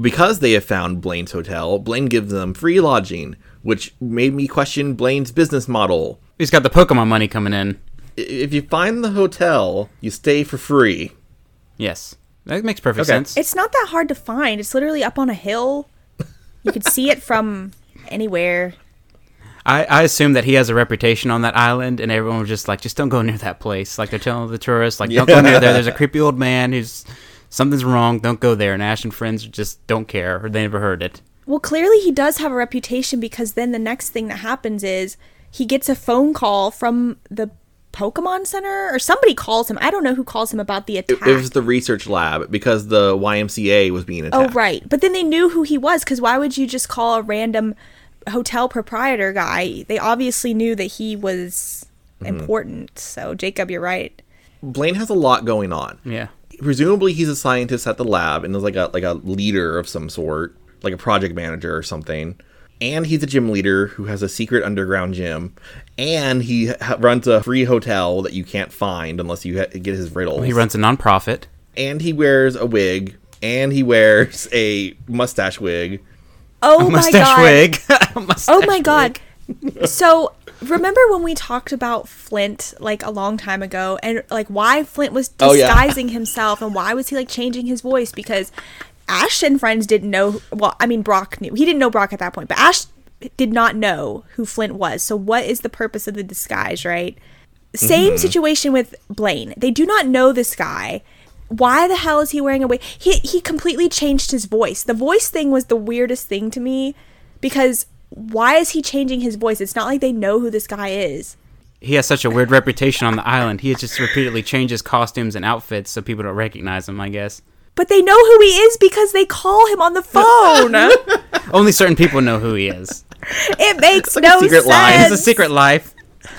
Speaker 3: because they have found Blaine's hotel, Blaine gives them free lodging, which made me question Blaine's business model.
Speaker 2: He's got the Pokemon money coming in.
Speaker 3: I- If you find the hotel, you stay for free.
Speaker 2: Yes, that makes perfect
Speaker 3: Okay.
Speaker 2: sense.
Speaker 4: it's not that hard to find. It's literally up on a hill. You could see it from anywhere.
Speaker 2: I, I assume that he has a reputation on that island, and everyone was just like, just don't go near that place. Like they're telling the tourists, like, don't go near there. There's a creepy old man who's something's wrong. Don't go there. And Ash and friends just don't care, or they never heard it.
Speaker 4: Well, clearly he does have a reputation because then the next thing that happens is he gets a phone call from the Pokemon Center or somebody calls him. I don't know who calls him about the attack.
Speaker 3: It was the research lab because the YMCA was being
Speaker 4: oh,
Speaker 3: attacked.
Speaker 4: right. But then they knew who he was because why would you just call a random hotel proprietor guy? They obviously knew that he was
Speaker 2: Mm-hmm.
Speaker 4: important. So, Jacob, you're right.
Speaker 3: Blaine has a lot going on.
Speaker 2: Yeah.
Speaker 3: Presumably, he's a scientist at the lab and is like a like a leader of some sort, like a project manager or something. And he's a gym leader who has a secret underground gym, and he ha- runs a free hotel that you can't find unless you ha- get his riddles.
Speaker 2: He runs a nonprofit.
Speaker 3: and he wears a wig, and he wears a mustache wig.
Speaker 4: Oh, my
Speaker 2: Mustache
Speaker 4: God.
Speaker 2: wig. Mustache
Speaker 4: Oh my
Speaker 2: wig.
Speaker 4: god. so remember when we talked about Flint like a long time ago and like why Flint was
Speaker 3: Oh, yeah.
Speaker 4: disguising himself and why was he like changing his voice because Ash and friends didn't know well I mean Brock knew. He didn't know Brock at that point, but Ash did not know who Flint was. So what is the purpose of the disguise, right?
Speaker 3: Mm-hmm.
Speaker 4: Same situation with Blaine. They do not know this guy. Why the hell is he wearing a wig? He he completely changed his voice. The voice thing was the weirdest thing to me because why is he changing his voice? It's not like they know who this guy is.
Speaker 2: He has such a weird reputation on the island. He just repeatedly changes costumes and outfits so people don't recognize him, I guess.
Speaker 4: But they know who he is because they call him on the phone.
Speaker 2: Only certain people know who he is.
Speaker 4: it makes
Speaker 3: like a
Speaker 4: no
Speaker 3: secret
Speaker 4: sense.
Speaker 3: line.
Speaker 2: It's a secret life.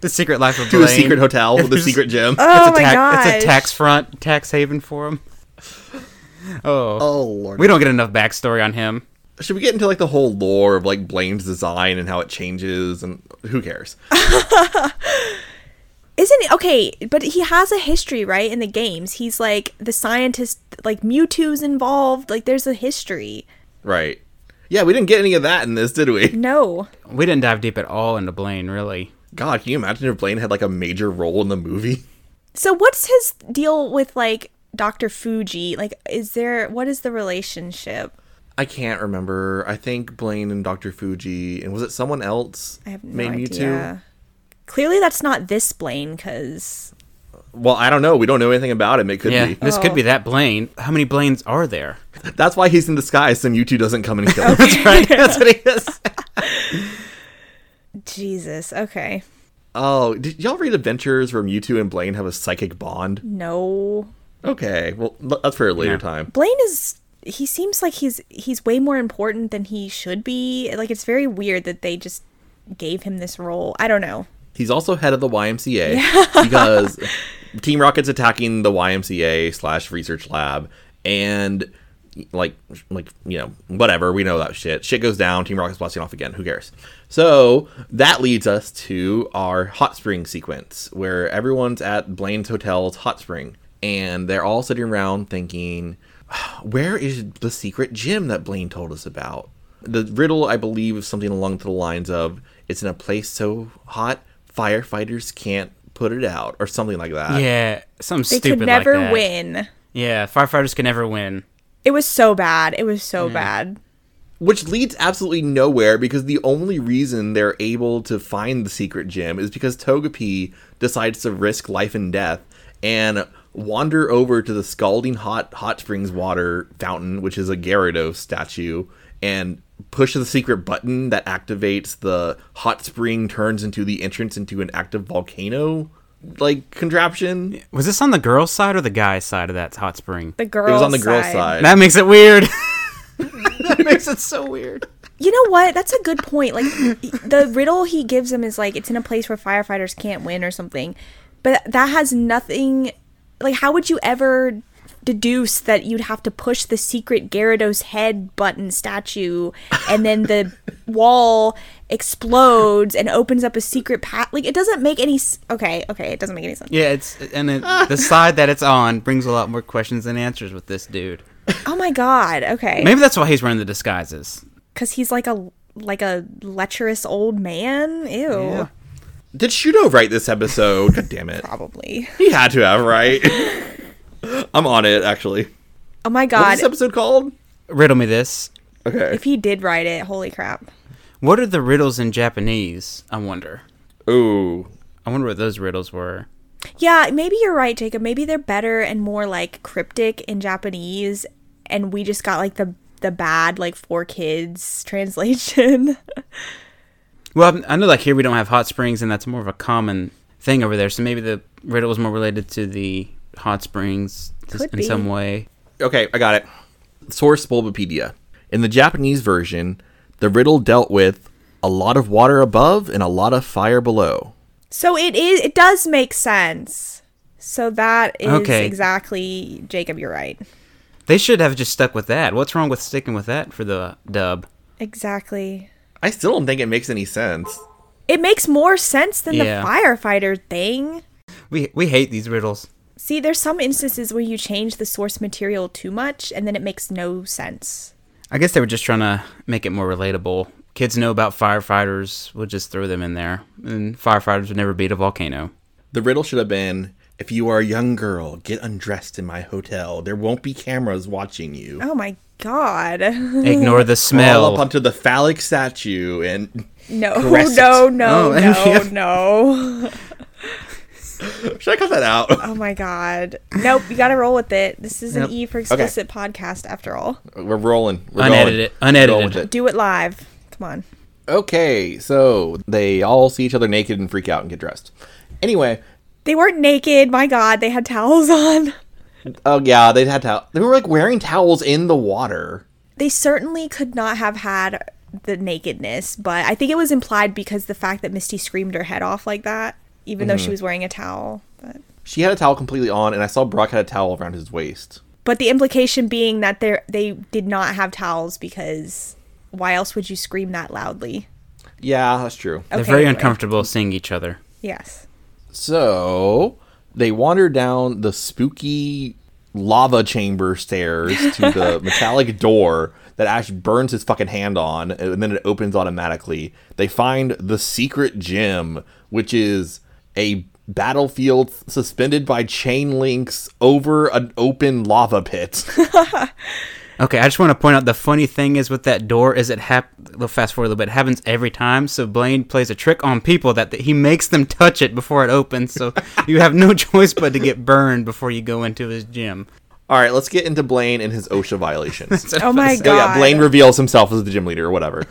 Speaker 2: The secret life of
Speaker 3: To
Speaker 2: Blaine.
Speaker 3: a secret hotel with a secret gym.
Speaker 2: it's
Speaker 4: Oh
Speaker 2: a
Speaker 4: my
Speaker 2: tax,
Speaker 4: god.
Speaker 2: It's a tax front, tax haven for him. Oh,
Speaker 3: oh lord!
Speaker 2: we don't get enough backstory on him.
Speaker 3: Should we get into like the whole lore of like Blaine's design and how it changes and who cares?
Speaker 4: Isn't it okay? But he has a history, right? In the games, he's like the scientist, like Mewtwo's involved. Like there's a history.
Speaker 3: right. Yeah, we didn't get any of that in this, did we?
Speaker 4: No,
Speaker 2: We didn't dive deep at all into Blaine, really.
Speaker 3: God, can you imagine if Blaine had like a major role in the movie?
Speaker 4: So what's his deal with like Dr. Fuji? Like is there what is the relationship?
Speaker 3: I can't remember. I think Blaine and Dr. Fuji, and was it someone else?
Speaker 4: I have no
Speaker 3: made Mewtwo?
Speaker 4: idea. Clearly that's not this Blaine cuz
Speaker 3: Well, I don't know. We don't know anything about him. It could
Speaker 2: Yeah,
Speaker 3: be.
Speaker 2: this
Speaker 4: Oh.
Speaker 2: could be that Blaine. How many Blaines are there?
Speaker 3: That's why he's in disguise, so Mewtwo doesn't come and kill him.
Speaker 2: That's right. That's what he is.
Speaker 4: Jesus. Okay.
Speaker 3: oh, did y'all read Adventures where Mewtwo and Blaine have a psychic bond?
Speaker 4: No.
Speaker 3: Okay, well l- that's for a later
Speaker 2: Yeah.
Speaker 3: time.
Speaker 4: Blaine is he seems like he's he's way more important than he should be. Like it's very weird that they just gave him this role. I don't know.
Speaker 3: He's also head of the YMCA because Team Rocket's attacking the YMCA slash research lab, and like like you know whatever we know that shit. Shit goes down. Team Rocket's blasting off again. Who cares? So that leads us to our hot spring sequence where everyone's at Blaine's hotel's hot spring, and they're all sitting around thinking, where is the secret gym that Blaine told us about? The riddle, I believe, is something along the lines of it's in a place so hot firefighters can't put it out, or something like that.
Speaker 2: Yeah, something
Speaker 4: They
Speaker 2: stupid
Speaker 4: could never
Speaker 2: like that.
Speaker 4: win.
Speaker 2: Yeah, firefighters can never win.
Speaker 4: It was so bad. It was
Speaker 3: Mm.
Speaker 4: so bad.
Speaker 3: Which leads absolutely nowhere because the only reason they're able to find the secret gym is because Togepi decides to risk life and death and wander over to the scalding hot hot springs water fountain, which is a Gyarados statue, and push the secret button that activates the hot spring turns into the entrance into an active volcano like contraption.
Speaker 2: Was this on the girl's side or the guy's side of that hot spring?
Speaker 4: The girl.
Speaker 3: It was on the girl's side.
Speaker 2: That makes it weird. that makes it so weird.
Speaker 4: You know what? That's a good point. Like the riddle he gives him is like it's in a place where firefighters can't win or something. But that has nothing like how would you ever deduce that you'd have to push the secret Gyarados head button statue and then the wall explodes and opens up a secret path? Like it doesn't make any s- Okay, okay, it doesn't make any sense.
Speaker 2: Yeah, it's and it, the side that it's on brings a lot more questions than answers with this dude.
Speaker 4: Oh my god. Okay.
Speaker 2: Maybe that's why he's wearing the disguises.
Speaker 4: Cuz he's like a like a lecherous old man. Ew.
Speaker 2: Yeah.
Speaker 3: Did Shudo write this episode? God damn it.
Speaker 4: Probably.
Speaker 3: He had to have, right? I'm on it, actually.
Speaker 4: Oh my
Speaker 3: What's
Speaker 4: god.
Speaker 3: this episode called?
Speaker 2: Riddle me this.
Speaker 3: Okay.
Speaker 4: If he did write it, holy crap.
Speaker 2: What are the riddles in Japanese? I wonder.
Speaker 3: Ooh.
Speaker 2: I wonder what those riddles were.
Speaker 4: Yeah, maybe you're right, Jacob. Maybe they're better and more like cryptic in Japanese and we just got like the the bad like four kids translation.
Speaker 2: Well, I know like here we don't have hot springs, and that's more of a common thing over there. So maybe the riddle was more related to the hot springs to-
Speaker 4: Could
Speaker 2: in
Speaker 4: be.
Speaker 2: some way.
Speaker 3: Okay, I got it. Source Bulbapedia. In the Japanese version, the riddle dealt with a lot of water above and a lot of fire below.
Speaker 4: so it is it does make sense. So that is
Speaker 2: Okay.
Speaker 4: exactly Jacob, you're right.
Speaker 2: They should have just stuck with that. What's wrong with sticking with that for the dub?
Speaker 4: Exactly.
Speaker 3: I still don't think it makes any sense.
Speaker 4: It makes more sense than
Speaker 2: Yeah.
Speaker 4: the firefighter thing.
Speaker 2: We we hate these riddles.
Speaker 4: See, there's some instances where you change the source material too much and then it makes no sense.
Speaker 2: I guess they were just trying to make it more relatable. Kids know about firefighters. We'll just throw them in there, and firefighters would never beat a volcano.
Speaker 3: The riddle should have been if you are a young girl, get undressed in my hotel. There won't be cameras watching you.
Speaker 4: Oh my god.
Speaker 3: Mm.
Speaker 2: Ignore the
Speaker 3: All
Speaker 2: smell.
Speaker 3: up onto the phallic statue and
Speaker 4: No,
Speaker 3: Caress it.
Speaker 4: no,
Speaker 2: Oh,
Speaker 4: no, no,
Speaker 2: yeah.
Speaker 4: no.
Speaker 3: should I cut that out?
Speaker 4: Oh my god. Nope, you gotta roll with it. This is
Speaker 2: Yep.
Speaker 4: an E for explicit podcast after all.
Speaker 3: We're rolling. We're
Speaker 2: Unedited.
Speaker 3: Going.
Speaker 2: Unedited.
Speaker 3: Going with it.
Speaker 4: Do it live. Come on.
Speaker 3: Okay, so they all see each other naked and freak out and get dressed. Anyway,
Speaker 4: They weren't naked, my god, they had towels on.
Speaker 3: oh yeah, they had to. They were like wearing towels in the water.
Speaker 4: They certainly could not have had the nakedness, but I think it was implied because the fact that Misty screamed her head off like that, even though
Speaker 3: Mm-hmm.
Speaker 4: she was wearing a towel. But
Speaker 3: She had a towel completely on, and I saw Brock had a towel around his waist.
Speaker 4: but the implication being that they they did not have towels because why else would you scream that loudly?
Speaker 3: Yeah, that's true.
Speaker 2: They're very
Speaker 4: anyway.
Speaker 2: uncomfortable seeing each other.
Speaker 4: Yes.
Speaker 3: So they wander down the spooky lava chamber stairs to the metallic door that Ash burns his fucking hand on, and then it opens automatically. They find the secret gem, which is a battlefield suspended by chain links over an open lava pit.
Speaker 2: Okay, I just want to point out the funny thing is with that door is it hap- well, fast forward a little bit it happens every time. So Blaine plays a trick on people that, that he makes them touch it before it opens. So you have no choice but to get burned before you go into his gym.
Speaker 3: All right, let's get into Blaine and his OSHA violations.
Speaker 4: Oh my god.
Speaker 3: Oh yeah, Blaine reveals himself as the gym leader or whatever.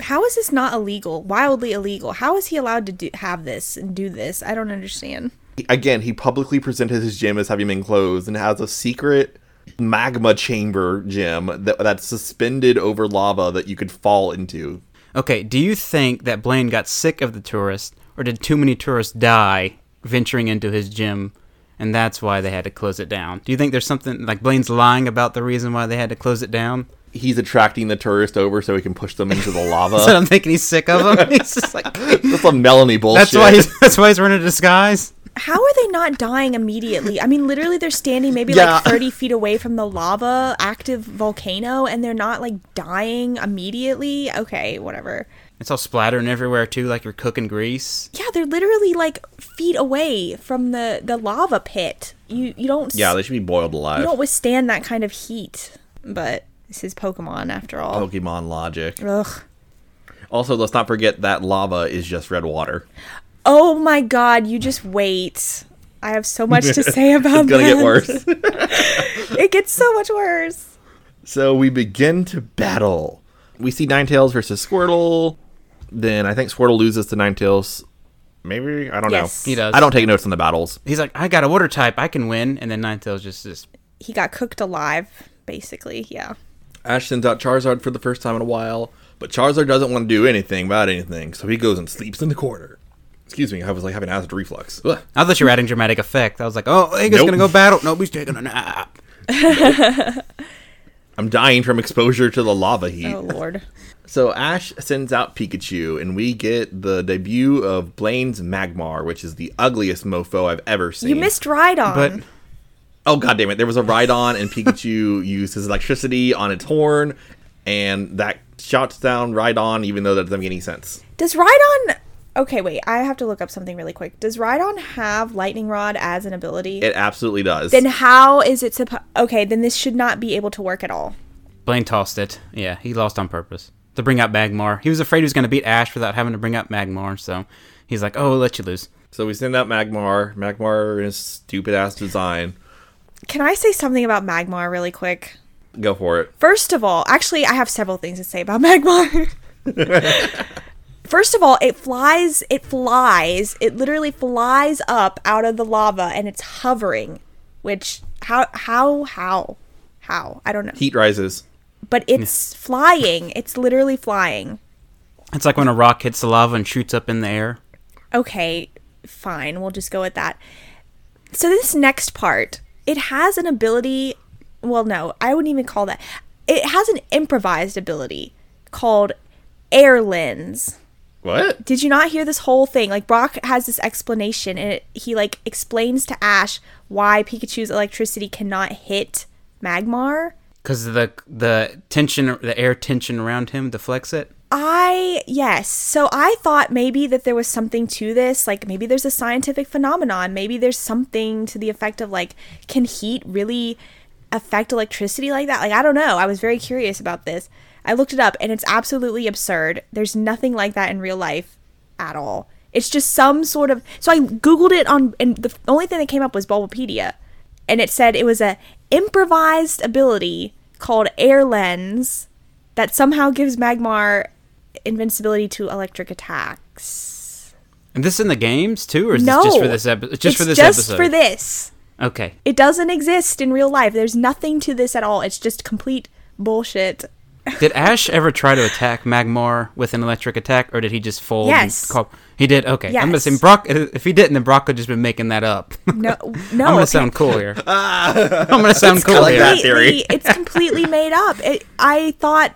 Speaker 4: How is this not illegal? Wildly illegal. How is he allowed to do, have this and do this? I don't understand.
Speaker 3: again, he publicly presented his gym as having been closed and has a secret magma chamber gym that, that's suspended over lava that you could fall into.
Speaker 2: Okay, do you think that Blaine got sick of the tourists, or did too many tourists die venturing into his gym, and that's why they had to close it down? Do you think there's something like Blaine's lying about the reason why they had to close it down?
Speaker 3: He's attracting the tourists over so he can push them into the
Speaker 2: So
Speaker 3: lava.
Speaker 2: I'm thinking he's sick of him. He's just like
Speaker 3: that's some Melanie bullshit.
Speaker 2: that's why he's that's why he's wearing a disguise.
Speaker 4: How are they not dying immediately? I mean, literally, they're standing maybe
Speaker 3: Yeah.
Speaker 4: like 30 feet away from the lava active volcano and they're not like dying immediately. Okay, whatever.
Speaker 2: It's all splattering everywhere too, like you're cooking grease.
Speaker 4: Yeah, they're literally like feet away from the, the lava pit. You, you don't. s-
Speaker 3: yeah, they should be boiled
Speaker 4: you
Speaker 3: alive.
Speaker 4: don't withstand that kind of heat. But this is Pokemon after all.
Speaker 3: Pokemon logic.
Speaker 4: Ugh.
Speaker 3: Also, let's not forget that lava is just red water.
Speaker 4: Oh my god, you just wait. I have so much to say about
Speaker 3: It's gonna get
Speaker 4: that.
Speaker 3: worse.
Speaker 4: It gets so much worse.
Speaker 3: So we begin to battle. We see Ninetales versus Squirtle. Then I think Squirtle loses to Ninetales. Maybe I don't
Speaker 4: Yes.
Speaker 3: know.
Speaker 4: He
Speaker 2: does.
Speaker 3: I don't take notes on the battles.
Speaker 2: He's like, I got a water type, I can win. And then Ninetales just just
Speaker 4: He got cooked alive, basically. Yeah.
Speaker 3: Ash sends out Charizard for the first time in a while, but Charizard doesn't want to do anything about anything, so he goes and sleeps in the corner. Excuse me, I was like having acid reflux. Ugh.
Speaker 2: I thought you were adding dramatic effect. I was like, oh, Egg's
Speaker 3: Nope.
Speaker 2: gonna go battle. Nope, he's taking a nap.
Speaker 3: I'm dying from exposure to the lava heat.
Speaker 4: Oh lord.
Speaker 3: So Ash sends out Pikachu, and we get the debut of Blaine's Magmar, which is the ugliest mofo I've ever seen.
Speaker 4: You missed Rhydon.
Speaker 2: But
Speaker 3: Oh god damn it! There was a Rhydon, and Pikachu used his electricity on its horn, and that shouts down Rhydon, even though that doesn't make any sense.
Speaker 4: Does Rhydon Okay, wait. I have to look up something really quick. Does Rhydon have Lightning Rod as an ability?
Speaker 3: It absolutely does.
Speaker 4: then how is it supposed Okay, then this should not be able to work at all.
Speaker 2: Blaine tossed it. Yeah, he lost on purpose to bring out Magmar. He was afraid he was going to beat Ash without having to bring out Magmar, so he's like, "Oh, we'll let you lose."
Speaker 3: so we send out Magmar. Magmar and his stupid ass design.
Speaker 4: Can I say something about Magmar really quick?
Speaker 3: Go for it.
Speaker 4: First of all, actually, I have several things to say about Magmar. First of all, it flies, it flies, it literally flies up out of the lava and it's hovering, which how how how how I don't know.
Speaker 3: Heat rises.
Speaker 4: But it's flying. It's literally flying.
Speaker 2: It's like when a rock hits the lava and shoots up in the air.
Speaker 4: okay, fine, we'll just go with that. So this next part, it has an ability, well no, I wouldn't even call that. It has an improvised ability called air lens.
Speaker 3: What?
Speaker 4: Did you not hear this whole thing? Like Brock has this explanation and it, he like explains to Ash why Pikachu's electricity cannot hit Magmar.
Speaker 2: Because the the tension, the air tension around him deflects it.
Speaker 4: I yes. So I thought maybe that there was something to this, like maybe there's a scientific phenomenon, maybe there's something to the effect of like can heat really affect electricity like that? Like I don't know. I was very curious about this. I looked it up and it's absolutely absurd. There's nothing like that in real life at all. It's just some sort of So I googled it on and the only thing that came up was Bulbapedia and it said it was a improvised ability called air lens that somehow gives Magmar invincibility to electric attacks.
Speaker 2: And this in the games too, or is
Speaker 4: No,
Speaker 2: this just for this episode? Just
Speaker 4: it's
Speaker 2: for this
Speaker 4: just
Speaker 2: episode.
Speaker 4: for this.
Speaker 2: okay.
Speaker 4: It doesn't exist in real life. There's nothing to this at all. It's just complete bullshit.
Speaker 2: Did Ash ever try to attack Magmar with an electric attack, or did he just fold? and
Speaker 4: Yes.
Speaker 2: call- He did. Okay. I'm gonna
Speaker 4: Yes.
Speaker 2: say Brock. uh, If he didn't, then Brock could just been making that up.
Speaker 4: No, no.
Speaker 2: I'm gonna
Speaker 4: okay.
Speaker 2: sound cool here. I'm gonna sound cool
Speaker 3: like
Speaker 2: here.
Speaker 3: that theory.
Speaker 4: Completely- it's completely made up. It, I thought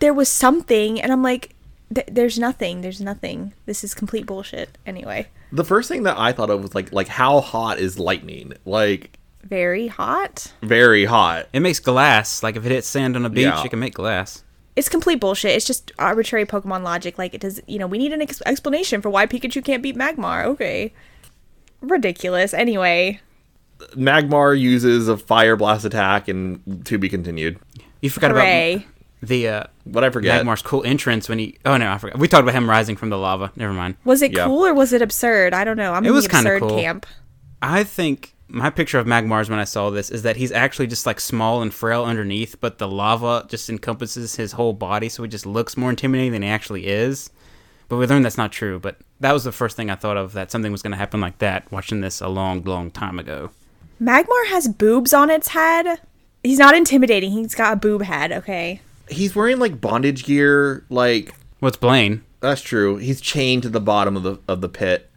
Speaker 4: there was something, and I'm like, th- there's nothing. There's nothing. This is complete bullshit. Anyway,
Speaker 3: The first thing that I thought of was like like how hot is lightning? Like
Speaker 4: very hot.
Speaker 3: very hot.
Speaker 2: It makes glass. Like if it hits sand on a beach,
Speaker 3: Yeah.
Speaker 2: it can make glass.
Speaker 4: it's complete bullshit. It's just arbitrary Pokemon logic. Like it does, you know, we need an ex- explanation for why Pikachu can't beat Magmar. Okay, ridiculous. Anyway,
Speaker 3: Magmar uses a fire blast attack, and to be continued.
Speaker 2: You forgot
Speaker 4: hooray!
Speaker 2: about the uh,
Speaker 3: What I forget.
Speaker 2: Magmar's cool entrance when he. Oh no, I forgot. We talked about him rising from the lava. Never mind.
Speaker 4: Was it
Speaker 3: Yeah.
Speaker 4: cool or was it absurd? I don't know. I'm
Speaker 2: It
Speaker 4: in
Speaker 2: was
Speaker 4: the
Speaker 2: kinda
Speaker 4: absurd
Speaker 2: cool.
Speaker 4: camp.
Speaker 2: I think my picture of Magmar's when I saw this is that he's actually just like small and frail underneath, but the lava just encompasses his whole body, so he just looks more intimidating than he actually is. But we learned that's not true. But that was the first thing I thought of that something was going to happen like that. Watching this a long, long time ago.
Speaker 4: Magmar has boobs on its head. He's not intimidating. He's got a boob head. Okay.
Speaker 3: He's wearing like bondage gear. Like
Speaker 2: What's Blaine?
Speaker 3: that's true. He's chained to the bottom of the of the pit.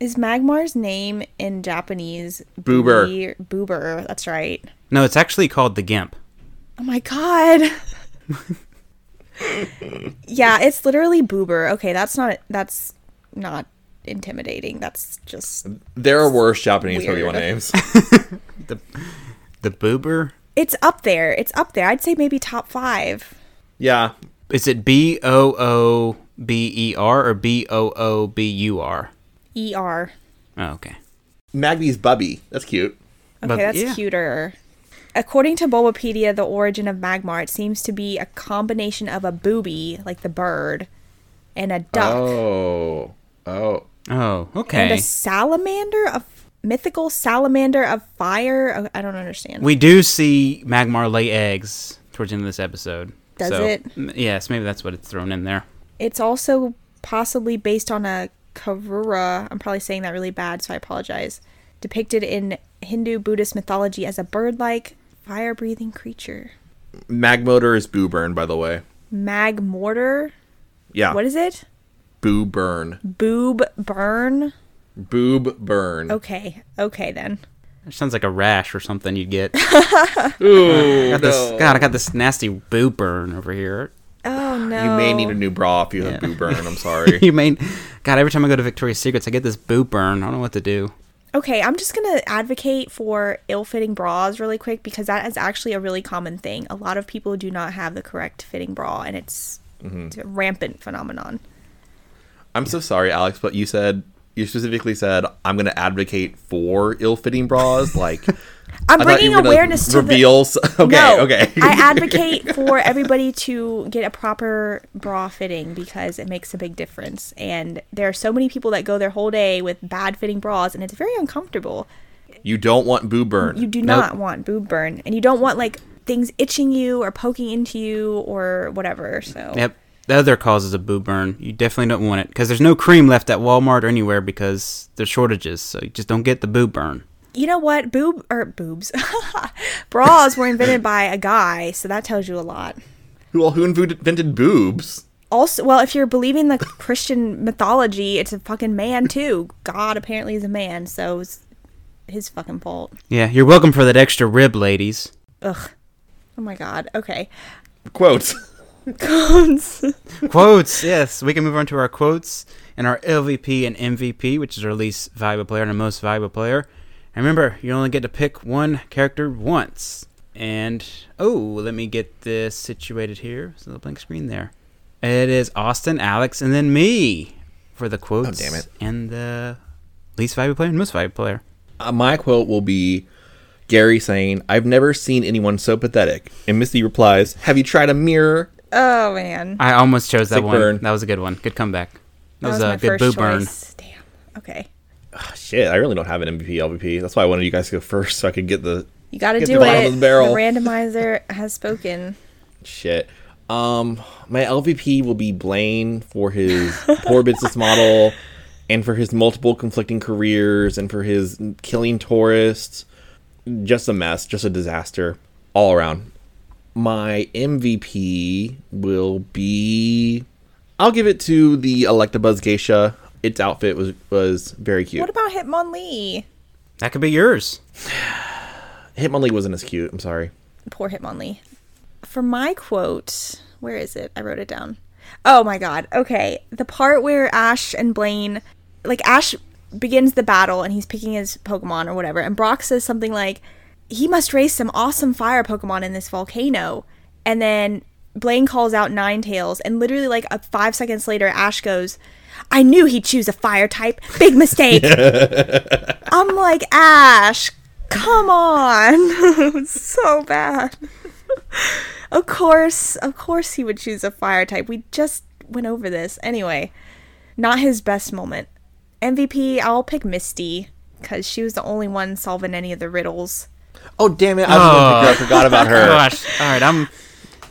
Speaker 4: Is Magmar's name in Japanese
Speaker 3: Boober.
Speaker 4: Boober? Boober. That's right.
Speaker 2: No, it's actually called the Gimp.
Speaker 4: Oh my god. yeah, it's literally boober. Okay, that's not that's not intimidating. That's just
Speaker 3: There are worse Japanese
Speaker 4: Weird.
Speaker 3: Pokemon names.
Speaker 2: The Boober.
Speaker 4: it's up there. It's up there. I'd say maybe top 5.
Speaker 3: yeah,
Speaker 2: Is it B O O B E R or B O O B U R?
Speaker 4: ER.
Speaker 2: Oh, okay.
Speaker 3: Magby's Bubby. That's cute.
Speaker 4: Okay,
Speaker 2: But-
Speaker 4: that's
Speaker 2: yeah.
Speaker 4: cuter. According to Bulbapedia, the origin of Magmar it seems to be a combination of a booby, like the bird, and a duck.
Speaker 3: Oh, oh.
Speaker 2: Oh,
Speaker 4: And a
Speaker 2: okay.
Speaker 4: salamander, a f- mythical salamander of fire. I I don't understand.
Speaker 2: We do see Magmar lay eggs towards the end of this episode.
Speaker 4: Does
Speaker 2: so,
Speaker 4: it?
Speaker 2: m- Yes, maybe that's what it's thrown in there.
Speaker 4: It's also possibly based on a kavura. I'm probably saying that really bad, so I apologize. Depicted in Hindu Buddhist mythology as a bird-like, fire-breathing creature.
Speaker 3: Magmotor is Boo Burn, by the way.
Speaker 4: Mag mortar.
Speaker 3: Yeah.
Speaker 4: What is it?
Speaker 3: Boo Burn?
Speaker 4: Boob burn.
Speaker 3: Boob
Speaker 4: Oh,
Speaker 3: Burn.
Speaker 4: Okay. Okay then.
Speaker 2: It sounds like a rash or something you'd get.
Speaker 3: Ooh,
Speaker 2: I got this,
Speaker 3: no.
Speaker 2: God, I got this nasty boo burn over here.
Speaker 4: Oh no.
Speaker 3: You may need a new bra if you have Boo Burn. I'm sorry.
Speaker 2: You mean, God, every time I go to Victoria's Secrets, I get this boo burn. I don't know what to do.
Speaker 4: Okay, I'm just gonna advocate for ill-fitting bras really quick because that is actually a really common thing. A lot of people do not have the correct fitting bra, and it's,
Speaker 3: Mm-hmm.
Speaker 4: it's a rampant phenomenon.
Speaker 3: I'm so sorry, Alex, but you said you specifically said I'm going to advocate for ill-fitting bras. Like
Speaker 4: I'm
Speaker 3: I thought you
Speaker 4: bringing
Speaker 3: were gonna
Speaker 4: awareness to the
Speaker 3: reveal. s- okay,
Speaker 4: no,
Speaker 3: okay.
Speaker 4: I advocate for everybody to get a proper bra fitting because it makes a big difference. And there are so many people that go their whole day with bad fitting bras, and it's very uncomfortable.
Speaker 3: you don't want Boo Burn.
Speaker 4: You do
Speaker 2: Nope.
Speaker 4: not want boob burn, and you don't want like things itching you or poking into you or whatever. So
Speaker 2: Yep. The other cause is a boo burn. You definitely don't want it because there's no cream left at Walmart or anywhere because there's shortages. So you just don't get the boo burn.
Speaker 4: you know what? Boob or boobs, bras were invented by a guy, so that tells you a lot.
Speaker 3: well, who invented boobs?
Speaker 4: also well if you're believing the christian mythology it's a fucking man too god apparently is a man so it's his fucking fault
Speaker 2: Yeah, you're welcome for that extra rib, ladies.
Speaker 4: ugh oh my god okay
Speaker 3: Quotes.
Speaker 4: cones
Speaker 2: quotes, yes. We can move on to our quotes and our LVP and MVP, which is our least valuable player and our most valuable player. And remember, you only get to pick one character once. And oh, let me get this situated here. It's a little blank screen there. It is Austin, Alex, and then me for the quotes
Speaker 3: Oh, damn it.
Speaker 2: and the least valuable player and most valuable player.
Speaker 3: Uh, my quote will be Gary saying, "I've never seen anyone so pathetic." And Misty replies, "Have you tried a mirror?"
Speaker 4: oh man
Speaker 2: I almost chose that
Speaker 3: Sick
Speaker 2: one.
Speaker 3: burn.
Speaker 2: That was a good one. Good comeback. That, was,
Speaker 4: my
Speaker 2: a good
Speaker 4: first
Speaker 2: boo burn.
Speaker 4: choice. damn okay
Speaker 3: Ah, Shit, I really don't have an MVP LVP. That's why I wanted you guys to go first so I could get the
Speaker 4: you gotta
Speaker 3: Get the
Speaker 4: do
Speaker 3: bottom
Speaker 4: it
Speaker 3: of the barrel.
Speaker 4: randomizer has spoken
Speaker 3: shit. Um, my LVP will be Blaine for his poor business model, and for his multiple conflicting careers, and for his killing tourists. Just a mess, just a disaster all around. My MVP will be. I'll give it to the Electabuzz Geisha. Its outfit was was very cute.
Speaker 4: what about hitmonlee
Speaker 2: That could be yours.
Speaker 3: Hitmonlee wasn't as cute. I'm sorry.
Speaker 4: poor Hitmonlee. For my quote, where is it? I wrote it down. Oh my god. Okay. The part where Ash and Blaine like Ash begins the battle and he's picking his Pokemon or whatever, and Brock says something like, He must raise some awesome fire Pokemon in this volcano. And then Blaine calls out Ninetales, and literally like a five seconds later, Ash goes, I knew he'd choose a fire type. Big mistake. I'm like, Ash, come on. so bad. of course, of course he would choose a fire type. We just went over this. Anyway, not his best moment. MVP, I'll pick Misty because she was the only one solving any of the riddles.
Speaker 3: Oh damn it! I, was gonna pick her. I forgot about her.
Speaker 2: Gosh. All right, I'm.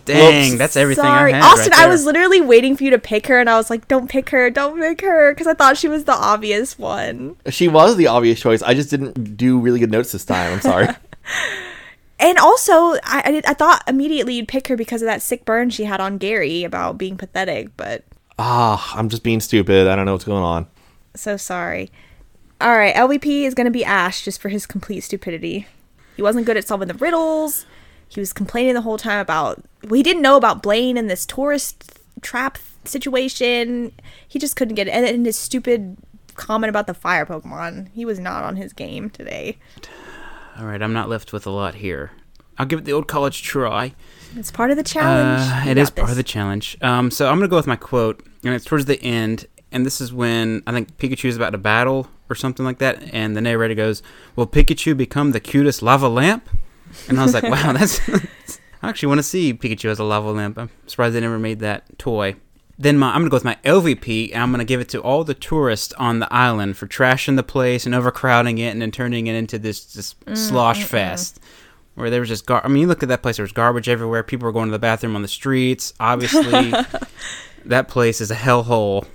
Speaker 2: Dang, that's everything
Speaker 4: Sorry,
Speaker 2: I had.
Speaker 4: Austin.
Speaker 2: right
Speaker 4: I was
Speaker 2: there.
Speaker 4: literally waiting for you to pick her, and I was like, "Don't pick her, don't pick her," because I thought she was the obvious one.
Speaker 3: She was the obvious choice. I just didn't do really good notes this time. I'm sorry.
Speaker 4: And also, I I, did, I thought immediately you'd pick her because of that sick burn she had on Gary about being pathetic, but
Speaker 3: Ah, I'm just being stupid. I don't know what's going on.
Speaker 4: so sorry. All right, LVP is going to be Ash just for his complete stupidity. He wasn't good at solving the riddles. He was complaining the whole time about we didn't know about Blaine and this tourist trap situation. He just couldn't get it. And, and his stupid comment about the fire Pokemon. He was not on his game today.
Speaker 2: All right, I'm not left with a lot here. I'll give it the old college try.
Speaker 4: It's part of the challenge.
Speaker 2: Uh,
Speaker 4: You
Speaker 2: it
Speaker 4: got
Speaker 2: is part of
Speaker 4: this.
Speaker 2: the challenge. Um, so I'm gonna go with my quote, and it's towards the end, and this is when I think Pikachu's about to battle or something like that, and the narrator goes, "Will Pikachu become the cutest lava lamp?" And I was like, "Wow, that's." I actually want to see Pikachu as a lava lamp. I'm surprised they never made that toy. Then my, I'm gonna go with my LVP, and I'm gonna give it to all the tourists on the island for trashing the place and overcrowding it, and then turning it into this, this
Speaker 4: Mm,
Speaker 2: slosh fest, where there was just gar. I mean, you look at that place; there was garbage everywhere. People were going to the bathroom on the streets. Obviously, that place is a hellhole,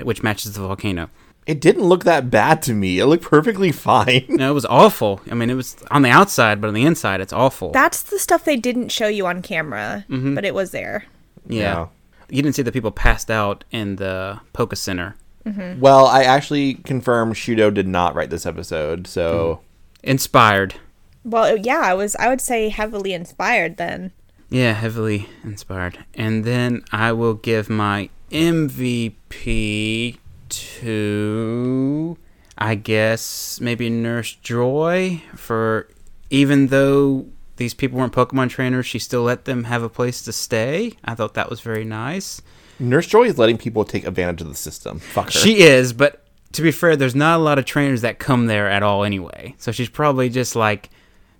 Speaker 2: which matches the volcano.
Speaker 3: It didn't look that bad to me. It looked perfectly fine.
Speaker 2: No, it was awful. I mean, it was on the outside, but on the inside, it's awful.
Speaker 4: That's the stuff they didn't show you on camera,
Speaker 3: Mm-hmm.
Speaker 4: but it was there.
Speaker 2: yeah.
Speaker 3: Yeah.
Speaker 2: You didn't see the people passed out in the Poca Center.
Speaker 4: Mm-hmm.
Speaker 3: Well, I actually confirmed Shudo did not write this episode, so
Speaker 4: Mm-hmm.
Speaker 2: Inspired.
Speaker 4: Well, yeah, I was. I would say heavily inspired then.
Speaker 2: Yeah, heavily inspired. And then I will give my MVP to, I guess, maybe Nurse Joy for even though these people weren't Pokemon trainers, she still let them have a place to stay. I thought that was very nice.
Speaker 3: Nurse Joy is letting people take advantage of the system. Fuck her.
Speaker 2: She is, but to be fair, there's not a lot of trainers that come there at all anyway. So she's probably just like,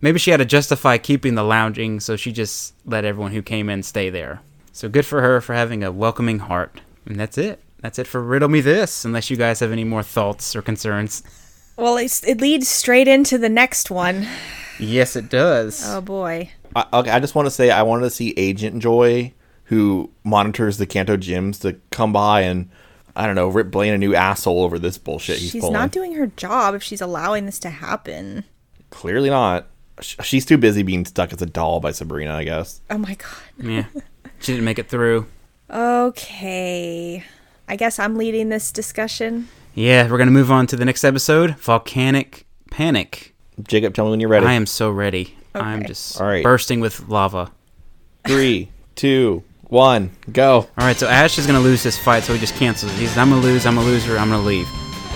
Speaker 2: maybe she had to justify keeping the lounging, so she just let everyone who came in stay there. So good for her for having a welcoming heart. And that's it. That's it for Riddle Me This, unless you guys have any more thoughts or concerns.
Speaker 4: Well, it's, it leads straight into the next one.
Speaker 2: Yes, it does.
Speaker 4: Oh boy.
Speaker 3: I, okay, I just want to say I wanted to see Agent Joy, who monitors the Kanto gyms, to come by and I don't know rip Blaine a new asshole over this bullshit he's
Speaker 4: she's
Speaker 3: pulling.
Speaker 4: not doing her job if she's allowing this to happen.
Speaker 3: Clearly not. Sh- She's too busy being stuck as a doll by Sabrina, I guess.
Speaker 4: Oh my god.
Speaker 2: Yeah. She didn't make it through.
Speaker 4: Okay. I guess I'm leading this discussion.
Speaker 2: Yeah, we're going to move on to the next episode Volcanic Panic.
Speaker 3: Jacob, tell me when you're ready.
Speaker 2: I am so ready. I'm
Speaker 4: Okay.
Speaker 2: just
Speaker 3: All right.
Speaker 2: bursting with lava.
Speaker 3: Three, two, one, go.
Speaker 2: All right, so Ash is going to lose this fight, so he just cancels it. He says, I'm going to lose, I'm a loser, I'm going to leave.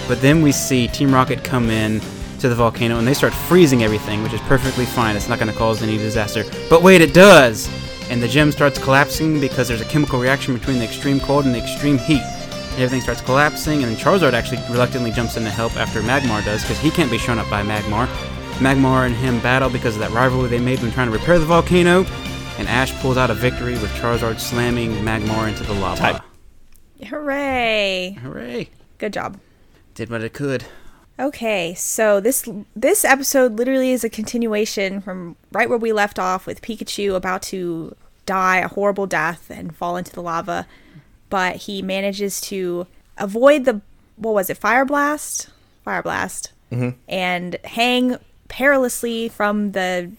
Speaker 2: But then we see Team Rocket come in to the volcano and they start freezing everything, which is perfectly fine. It's not going to cause any disaster. But wait, it does! And the gym starts collapsing because there's a chemical reaction between the extreme cold and the extreme heat. And everything starts collapsing, and then Charizard actually reluctantly jumps in to help after Magmar does, because he can't be shown up by Magmar. Magmar and him battle because of that rivalry they made when trying to repair the volcano, and Ash pulls out a victory with Charizard slamming Magmar into the lava.
Speaker 3: Type.
Speaker 4: Hooray.
Speaker 2: Hooray!
Speaker 4: Good job.
Speaker 2: Did what it could.
Speaker 4: Okay, so this this episode literally is a continuation from right where we left off with Pikachu about to die a horrible death and fall into the lava, but he manages to avoid the what was it fire blast, fire blast, and hang perilously from the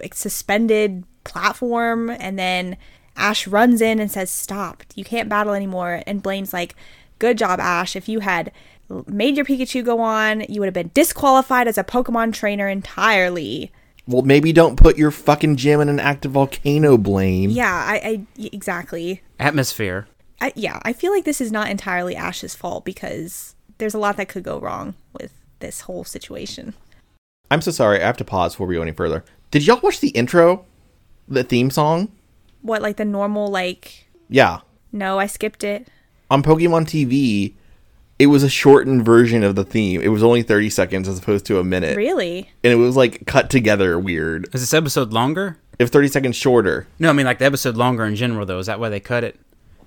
Speaker 4: like, suspended platform, and then Ash runs in and says, "Stop! You can't battle anymore." And Blaine's like, "Good job, Ash. If you had l- made your Pikachu go on, you would have been disqualified as a Pokemon trainer entirely."
Speaker 3: Well, maybe don't put your fucking gym in an active volcano, Blaine.
Speaker 4: Yeah, I, I y- exactly.
Speaker 2: Atmosphere.
Speaker 4: I, yeah, I feel like this is not entirely Ash's fault because there's a lot that could go wrong with this whole situation.
Speaker 3: I'm so sorry. I have to pause before we go any further. Did y'all watch the intro? The theme song?
Speaker 4: What like the normal like?
Speaker 3: Yeah.
Speaker 4: No, I skipped it.
Speaker 3: on Pokemon TV, it was a shortened version of the theme. It was only 30 seconds as opposed to a minute.
Speaker 4: Really?
Speaker 3: And it was like cut together weird.
Speaker 2: Is this episode longer?
Speaker 3: If 30 seconds shorter,
Speaker 2: No, I mean like the episode longer in general though. Is that why they cut it?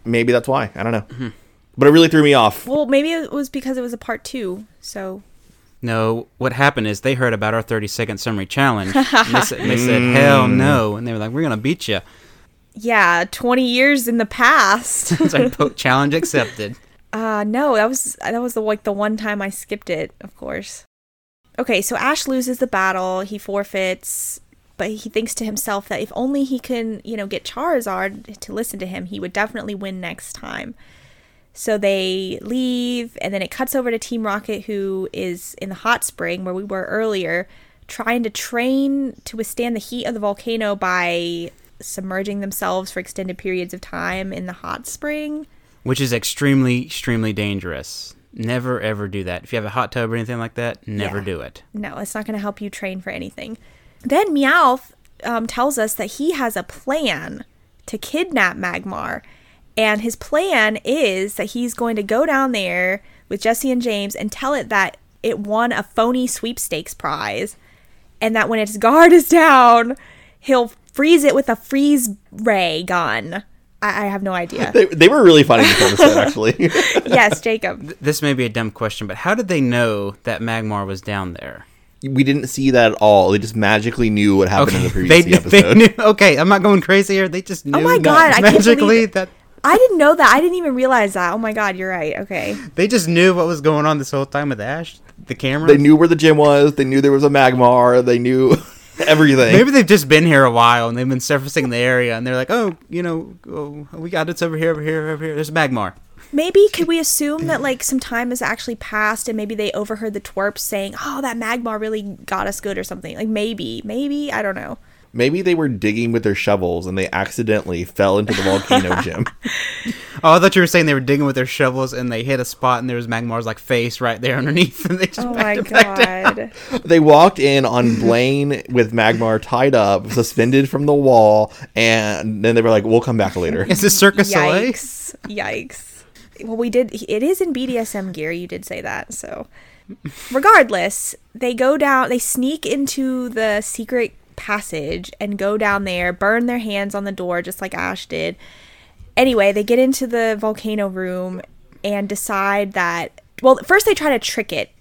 Speaker 3: maybe that's why. I don't
Speaker 2: Mm-hmm.
Speaker 3: know. But it really threw me off.
Speaker 4: Well, maybe it was because it was a part two. So
Speaker 2: No, what happened is they heard about our 30 second summary challenge. and they, said, they said, hell no. And they were like, we're going to beat you.
Speaker 4: yeah, 20 years in the past.
Speaker 2: It's like, "Po- challenge accepted.
Speaker 4: Uh no, that was that was the like the one time I skipped it, of course. Okay, so Ash loses the battle, he forfeits, but he thinks to himself that if only he can, you know, get Charizard to listen to him, he would definitely win next time. So they leave and then it cuts over to Team Rocket who is in the hot spring where we were earlier trying to train to withstand the heat of the volcano by submerging themselves for extended periods of time in the hot spring.
Speaker 2: Which is extremely, extremely dangerous. Never, ever do that. If you have a hot tub or anything like that, never
Speaker 4: Yeah.
Speaker 2: do it.
Speaker 4: no, it's not going to help you train for anything. Then Meowth um, tells us that he has a plan to kidnap Magmar. And his plan is that he's going to go down there with Jesse and James and tell it that it won a phony sweepstakes prize and that when its guard is down, he'll freeze it with a freeze ray gun I, I have no idea.
Speaker 3: They, they were really funny before the set, actually.
Speaker 4: yes, Jacob.
Speaker 2: This may be a dumb question, but how did they know that Magmar was down there?
Speaker 3: we didn't see that at all. They just magically knew what happened in the
Speaker 2: they,
Speaker 3: previous
Speaker 2: kn- they
Speaker 3: episode.
Speaker 2: knew. Okay, I'm not going crazy here. They just knew.
Speaker 4: Oh my
Speaker 2: that
Speaker 4: God, I can't
Speaker 2: magically
Speaker 4: believe-
Speaker 2: that
Speaker 4: I didn't know that. I didn't even realize that. Oh my God, you're right. Okay.
Speaker 2: they just knew what was going on this whole time with Ash. The camera.
Speaker 3: They knew where the gym was. They knew there was a Magmar. They knew everything.
Speaker 2: Maybe they've just been here a while and they've been surfacing the area and they're like, oh, you know, oh, we got it's over here, over here, over here. There's Magmar.
Speaker 4: Maybe could we assume that like some time has actually passed and maybe they overheard the twerps saying, "Oh, that magma really got us good" or something. Like maybe, maybe I don't know.
Speaker 3: Maybe they were digging with their shovels and they accidentally fell into the volcano gym.
Speaker 2: Oh, I thought you were saying they were digging with their shovels and they hit a spot and there was Magmar's like face right there underneath and they just
Speaker 4: Oh my
Speaker 2: backed it back down.
Speaker 4: God.
Speaker 3: They walked in on Blaine with Magmar tied up, suspended from the wall, and then they were like, "We'll come back later."
Speaker 2: Is this Circus Soleil?
Speaker 4: Yikes! Yikes! Well, we did. It is in BDSM gear. You did say that. So, regardless, they go down. They sneak into the secret passage and go down there. Burn their hands on the door, just like Ash did. Anyway, they get into the volcano room and decide that. Well, first they try to trick it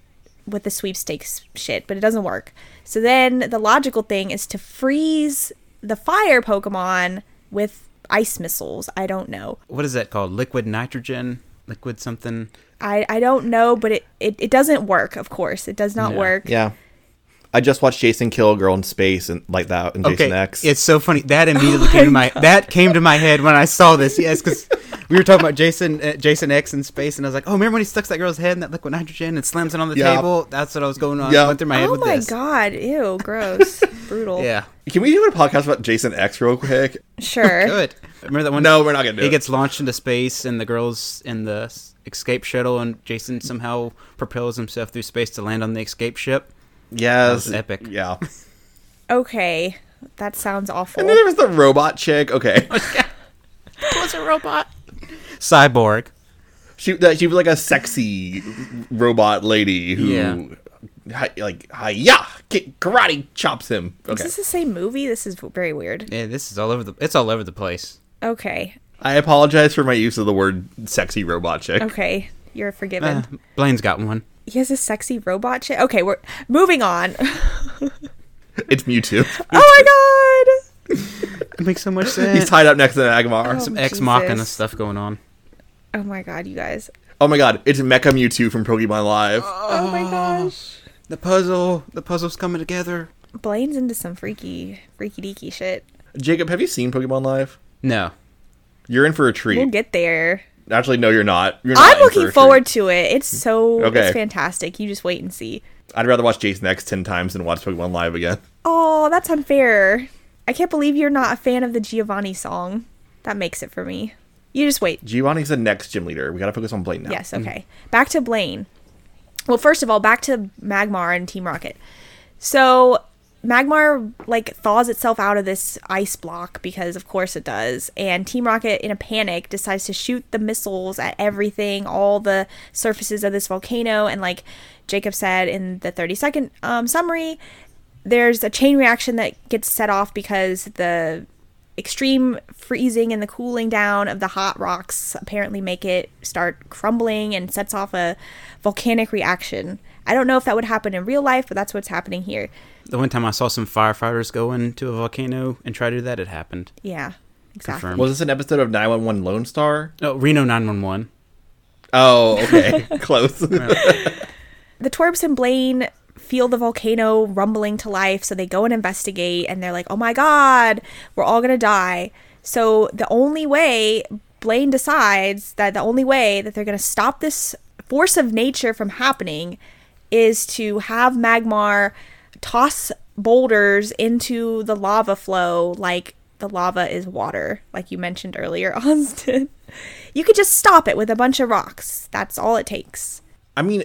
Speaker 4: with the sweepstakes shit, but it doesn't work. So then the logical thing is to freeze the fire Pokemon with ice missiles. I don't know.
Speaker 2: What is that called? Liquid nitrogen? Liquid something?
Speaker 4: I, I don't know, but it, it, it doesn't work, of course. It does not
Speaker 2: No.
Speaker 4: work.
Speaker 3: Yeah, I just watched Jason kill a girl in space and like that, and Jason X.
Speaker 2: It's so funny. That
Speaker 4: Oh
Speaker 2: immediately came to my that came to my head when I saw this. Yes, because we were talking about Jason uh, Jason X in space, and I was like, oh, remember when he stucks that girl's head in that liquid nitrogen and slams it on the
Speaker 3: Yeah.
Speaker 2: table? That's what I was going on.
Speaker 3: Yeah.
Speaker 2: Went through my head
Speaker 4: Oh
Speaker 2: with
Speaker 4: my
Speaker 2: this.
Speaker 4: god, ew, gross. Brutal.
Speaker 2: Yeah,
Speaker 3: Can we do a podcast about Jason X real quick?
Speaker 4: Sure.
Speaker 2: good. Remember that one?
Speaker 3: No, we're not gonna do
Speaker 2: He
Speaker 3: it.
Speaker 2: gets launched into space, and the girls in the s- escape shuttle, and Jason somehow propels himself through space to land on the escape ship.
Speaker 3: Yes,
Speaker 2: was epic.
Speaker 3: Yeah,
Speaker 4: Okay. That sounds awful.
Speaker 3: and then there was the robot chick. Okay,
Speaker 2: What's a robot? Cyborg.
Speaker 3: she that she was like a sexy robot lady who
Speaker 2: Yeah.
Speaker 3: hi, like hiya ki- karate chops him.
Speaker 4: Is
Speaker 3: Okay,
Speaker 4: this the same movie? This is very weird.
Speaker 2: Yeah, this is all over the. It's all over the place.
Speaker 4: Okay.
Speaker 3: I apologize for my use of the word sexy robot chick.
Speaker 4: Okay. You're forgiven.
Speaker 2: Uh, Blaine's got one.
Speaker 4: he has a sexy robot shit. Okay, we're moving on.
Speaker 3: It's Mewtwo.
Speaker 4: oh my god.
Speaker 2: It makes so much sense.
Speaker 3: He's tied up next to Magmar.
Speaker 4: Oh.
Speaker 2: Ex
Speaker 4: Jesus.
Speaker 2: Machina stuff going on.
Speaker 4: Oh my god, you guys.
Speaker 3: Oh my god, it's Mecha Mewtwo from Pokemon Live.
Speaker 4: Oh my gosh.
Speaker 2: The puzzle, the puzzle's coming together.
Speaker 4: Blaine's into some freaky, freaky deaky shit.
Speaker 3: Jacob, have you seen Pokemon Live?
Speaker 2: No,
Speaker 3: You're in for a treat.
Speaker 4: We'll get there.
Speaker 3: Actually, no, you're not. You're not
Speaker 4: I'm
Speaker 3: in for
Speaker 4: looking
Speaker 3: a
Speaker 4: forward
Speaker 3: treat.
Speaker 4: to it. It's so
Speaker 3: Okay.
Speaker 4: it's fantastic. You just wait and see.
Speaker 3: I'd rather watch Jason X ten times than watch Pokemon Live again.
Speaker 4: Oh, that's unfair. I can't believe you're not a fan of the Giovanni song. That makes it for me. You just wait.
Speaker 3: Giovanni's the next gym leader. We gotta focus on Blaine now.
Speaker 4: Yes, okay. Back to Blaine. Well, first of all, back to Magmar and Team Rocket. So Magmar like thaws itself out of this ice block because of course it does, and Team Rocket in a panic decides to shoot the missiles at everything, all the surfaces of this volcano, and like Jacob said in the 30 second um, summary, there's a chain reaction that gets set off because the extreme freezing and the cooling down of the hot rocks apparently make it start crumbling and sets off a volcanic reaction. I don't know if that would happen in real life, but that's what's happening here.
Speaker 2: the one time I saw some firefighters go into a volcano and try to do that, it happened.
Speaker 4: Yeah, exactly.
Speaker 2: Confirmed.
Speaker 3: Was this an episode of 911 Lone Star?
Speaker 2: Oh, Reno nine one one.
Speaker 3: Oh, okay. Close.
Speaker 4: The Torbs and Blaine feel the volcano rumbling to life, so they go and investigate, and they're like, oh my god, we're all gonna die. So the only way Blaine decides that the only way that they're gonna stop this force of nature from happening is to have Magmar toss boulders into the lava flow like the lava is water, like you mentioned earlier, Austin. You could just stop it with a bunch of rocks. That's all it takes.
Speaker 3: I mean,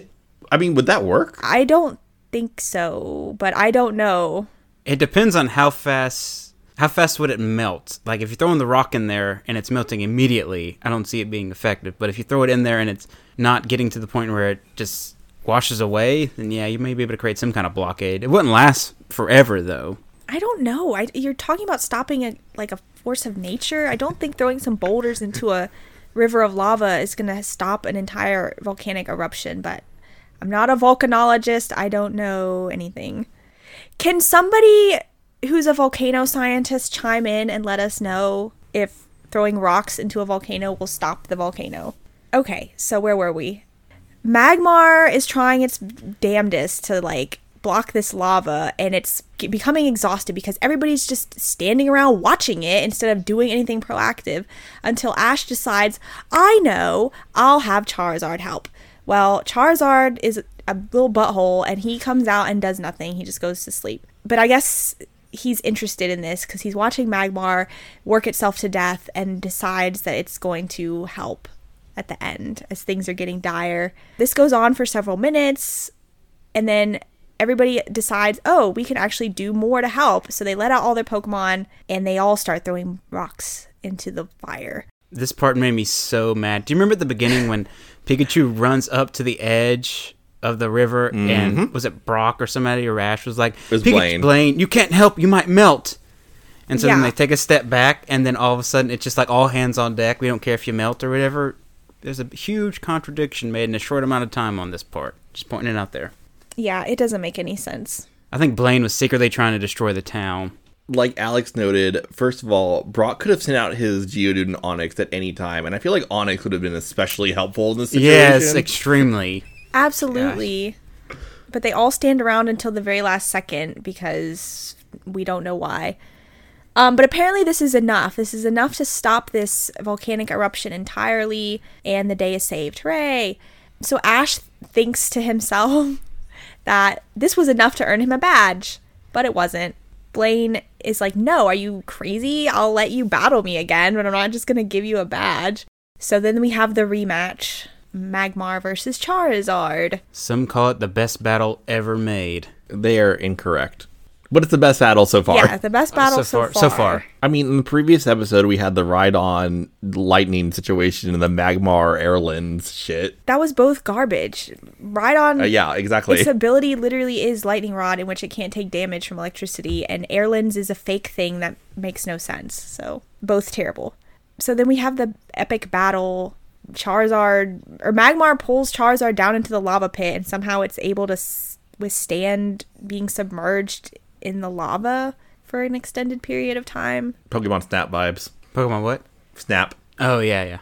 Speaker 3: I mean, would that work?
Speaker 4: I don't think so, but I don't know.
Speaker 2: It depends on how fast. How fast would it melt? Like if you're throwing the rock in there and it's melting immediately, I don't see it being effective. But if you throw it in there and it's not getting to the point where it just washes away, then yeah, you may be able to create some kind of blockade. It wouldn't last forever though.
Speaker 4: I don't know. I, you're talking about stopping a like a force of nature. I don't think throwing some boulders into a river of lava is going to stop an entire volcanic eruption, but I'm not a volcanologist. I don't know anything. Can somebody who's a volcano scientist chime in and let us know if throwing rocks into a volcano will stop the volcano? Okay, so where were we? Magmar is trying its damnedest to like block this lava and it's g- becoming exhausted because everybody's just standing around watching it instead of doing anything proactive until Ash decides, "I know, I'll have Charizard help." Well, Charizard is a little butthole and he comes out and does nothing. He just goes to sleep. But I guess he's interested in this because he's watching Magmar work itself to death and decides that it's going to help at the end as things are getting dire. This goes on for several minutes, and then everybody decides, oh, we can actually do more to help. So they let out all their Pokemon and they all start throwing rocks into the fire.
Speaker 2: This part made me so mad. Do you remember at the beginning when Pikachu runs up to the edge of the river and was it Brock or somebody or Ash was like,
Speaker 3: Mm-hmm. was
Speaker 2: "Pikachu-
Speaker 3: Blaine.
Speaker 2: you can't help, you might melt. And so then
Speaker 4: Yeah.
Speaker 2: they take a step back and then all of a sudden it's just like all hands on deck. We don't care if you melt or whatever. There's a huge contradiction made in a short amount of time on this part. Just pointing it out there.
Speaker 4: Yeah, it doesn't make any sense.
Speaker 2: I think Blaine was secretly trying to destroy the town.
Speaker 3: like Alex noted, first of all, Brock could have sent out his Geodude and Onyx at any time, and I feel like Onyx would have been especially helpful in this situation.
Speaker 2: Yes, extremely.
Speaker 4: Absolutely. But they all stand around until the very last second because we don't know why. Um, but apparently, this is enough. This is enough to stop this volcanic eruption entirely, and the day is saved. Hooray! So Ash thinks to himself that this was enough to earn him a badge, but it wasn't. Blaine is like, No, are you crazy? I'll let you battle me again, but I'm not just going to give you a badge. So then we have the rematch Magmar versus Charizard.
Speaker 2: Some call it the best battle ever made.
Speaker 3: they are incorrect, but it's the best battle so far.
Speaker 4: Yeah, the best battle so far.
Speaker 2: So far.
Speaker 3: I mean, in the previous episode, we had the ride-on lightning situation and the Magmar Airlands shit.
Speaker 4: That was both garbage. Right on.
Speaker 3: Uh, yeah, exactly.
Speaker 4: Its ability literally is lightning rod, in which it can't take damage from electricity, and Airlens is a fake thing that makes no sense. So both terrible. So then we have the epic battle. Charizard or Magmar pulls Charizard down into the lava pit, and somehow it's able to s- withstand being submerged in the lava for an extended period of time.
Speaker 3: Pokemon Snap vibes.
Speaker 2: Pokemon what?
Speaker 3: Snap.
Speaker 2: Oh yeah, yeah.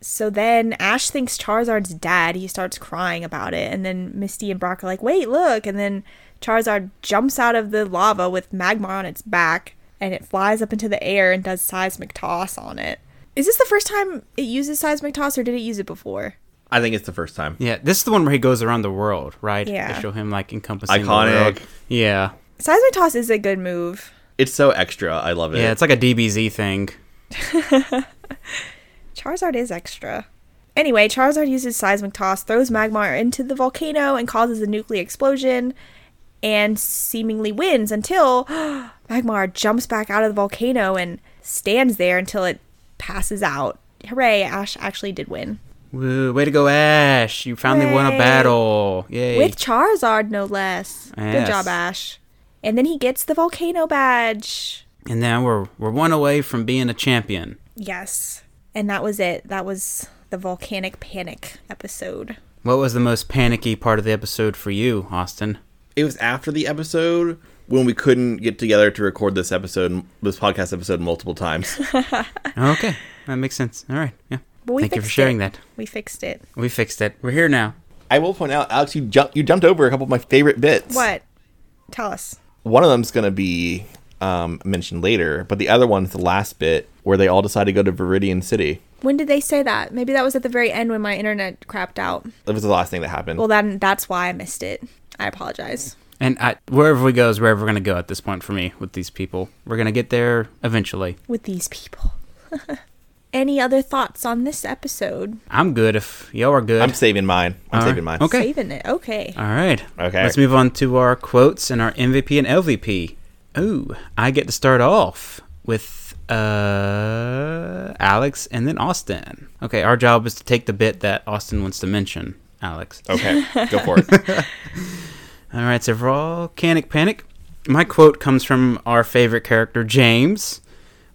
Speaker 4: So then Ash thinks Charizard's dead. He starts crying about it. And then Misty and Brock are like, wait, look. And then Charizard jumps out of the lava with Magmar on its back and it flies up into the air and does seismic toss on it. Is this the first time it uses seismic toss or did it use it before?
Speaker 3: I think it's the first time.
Speaker 2: Yeah, this is the one where he goes around the world, right?
Speaker 4: Yeah.
Speaker 2: They show him like encompassing the
Speaker 3: Iconic.
Speaker 2: world. Yeah,
Speaker 4: Seismic toss is a good move.
Speaker 3: It's so extra. I love it.
Speaker 2: yeah, it's like a DBZ thing.
Speaker 4: Charizard is extra. Anyway, Charizard uses seismic toss, throws Magmar into the volcano, and causes a nuclear explosion, and seemingly wins until Magmar jumps back out of the volcano and stands there until it passes out. Hooray! Ash actually did win
Speaker 2: Woo, way to go, Ash! You finally won a
Speaker 4: Hooray.
Speaker 2: battle. Yay!
Speaker 4: with Charizard, no less. Good
Speaker 2: Yes.
Speaker 4: job, Ash. And then he gets the volcano badge.
Speaker 2: and now we're we're one away from being a champion.
Speaker 4: Yes, and that was it. That was the volcanic panic episode.
Speaker 2: What was the most panicky part of the episode for you, Austin?
Speaker 3: it was after the episode when we couldn't get together to record this episode, this podcast episode, multiple times.
Speaker 2: okay, that makes sense. All right, yeah.
Speaker 4: But we
Speaker 2: Thank you for
Speaker 4: fixed
Speaker 2: sharing
Speaker 4: it.
Speaker 2: that.
Speaker 4: We fixed it.
Speaker 2: We fixed it. We're here now.
Speaker 3: I will point out, Alex, you jumped you jumped over a couple of my favorite bits.
Speaker 4: What? Tell us.
Speaker 3: One of them's going to be um, mentioned later, but the other one's the last bit where they all decide to go to Viridian City.
Speaker 4: When did they say that? Maybe that was at the very end when my internet crapped out.
Speaker 3: That was the last thing that happened.
Speaker 4: Well, then that's why I missed it. I apologize.
Speaker 2: And I, wherever we go is wherever we're gonna go at this point for me with these people. We're gonna get there eventually.
Speaker 4: With these people. Any other thoughts on this episode?
Speaker 2: I'm good if y'all are good.
Speaker 3: I'm saving mine.
Speaker 2: All
Speaker 3: I'm
Speaker 2: right.
Speaker 3: saving mine.
Speaker 2: Okay.
Speaker 4: Saving it. Okay.
Speaker 2: All right.
Speaker 3: Okay.
Speaker 2: Let's move on to our quotes and our MVP and LVP. Ooh, I get to start off with uh Alex and then Austin. Okay, our job is to take the bit that Austin wants to mention, Alex.
Speaker 3: Oh. Okay. Go for it.
Speaker 2: All right, so for all Canic Panic, My quote comes from our favorite character, James,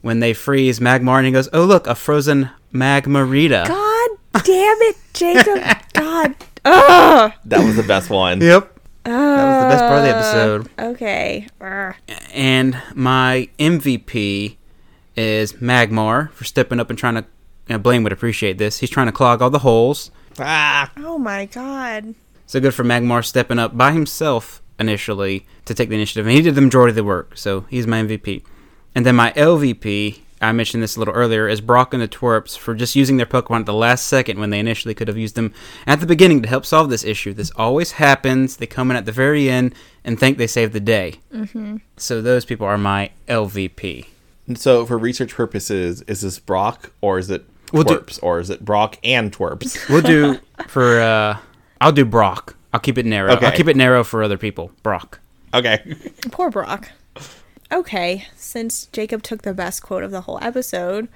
Speaker 2: when they freeze Magmar and he goes, Oh, look, a frozen Magmarita.
Speaker 4: God damn it, Jacob. God. Ugh.
Speaker 3: That was the best one.
Speaker 2: Yep. That was the best part of the episode.
Speaker 4: Okay. Ugh.
Speaker 2: And my MVP is Magmar for stepping up and trying to. and Blaine would appreciate this. He's trying to clog all the holes.
Speaker 3: Ah,
Speaker 4: Oh my god.
Speaker 2: So good for Magmar stepping up by himself initially to take the initiative. And he did the majority of the work. So he's my MVP. And then my LVP, I mentioned this a little earlier, is Brock and the Twerps for just using their Pokemon at the last second when they initially could have used them at the beginning to help solve this issue. This always happens. They come in at the very end and think they saved the day. Mm-hmm. So those people are my LVP.
Speaker 3: So, for research purposes, is this Brock or is it
Speaker 2: We'll do-
Speaker 3: Twerps or is it Brock and Twerps?
Speaker 2: We'll do for, uh, I'll do Brock. I'll keep it narrow. I'll
Speaker 3: Okay.
Speaker 2: keep it narrow for other people. Brock.
Speaker 3: Okay.
Speaker 4: Poor Brock. Okay, since Jacob took the best quote of the whole episode,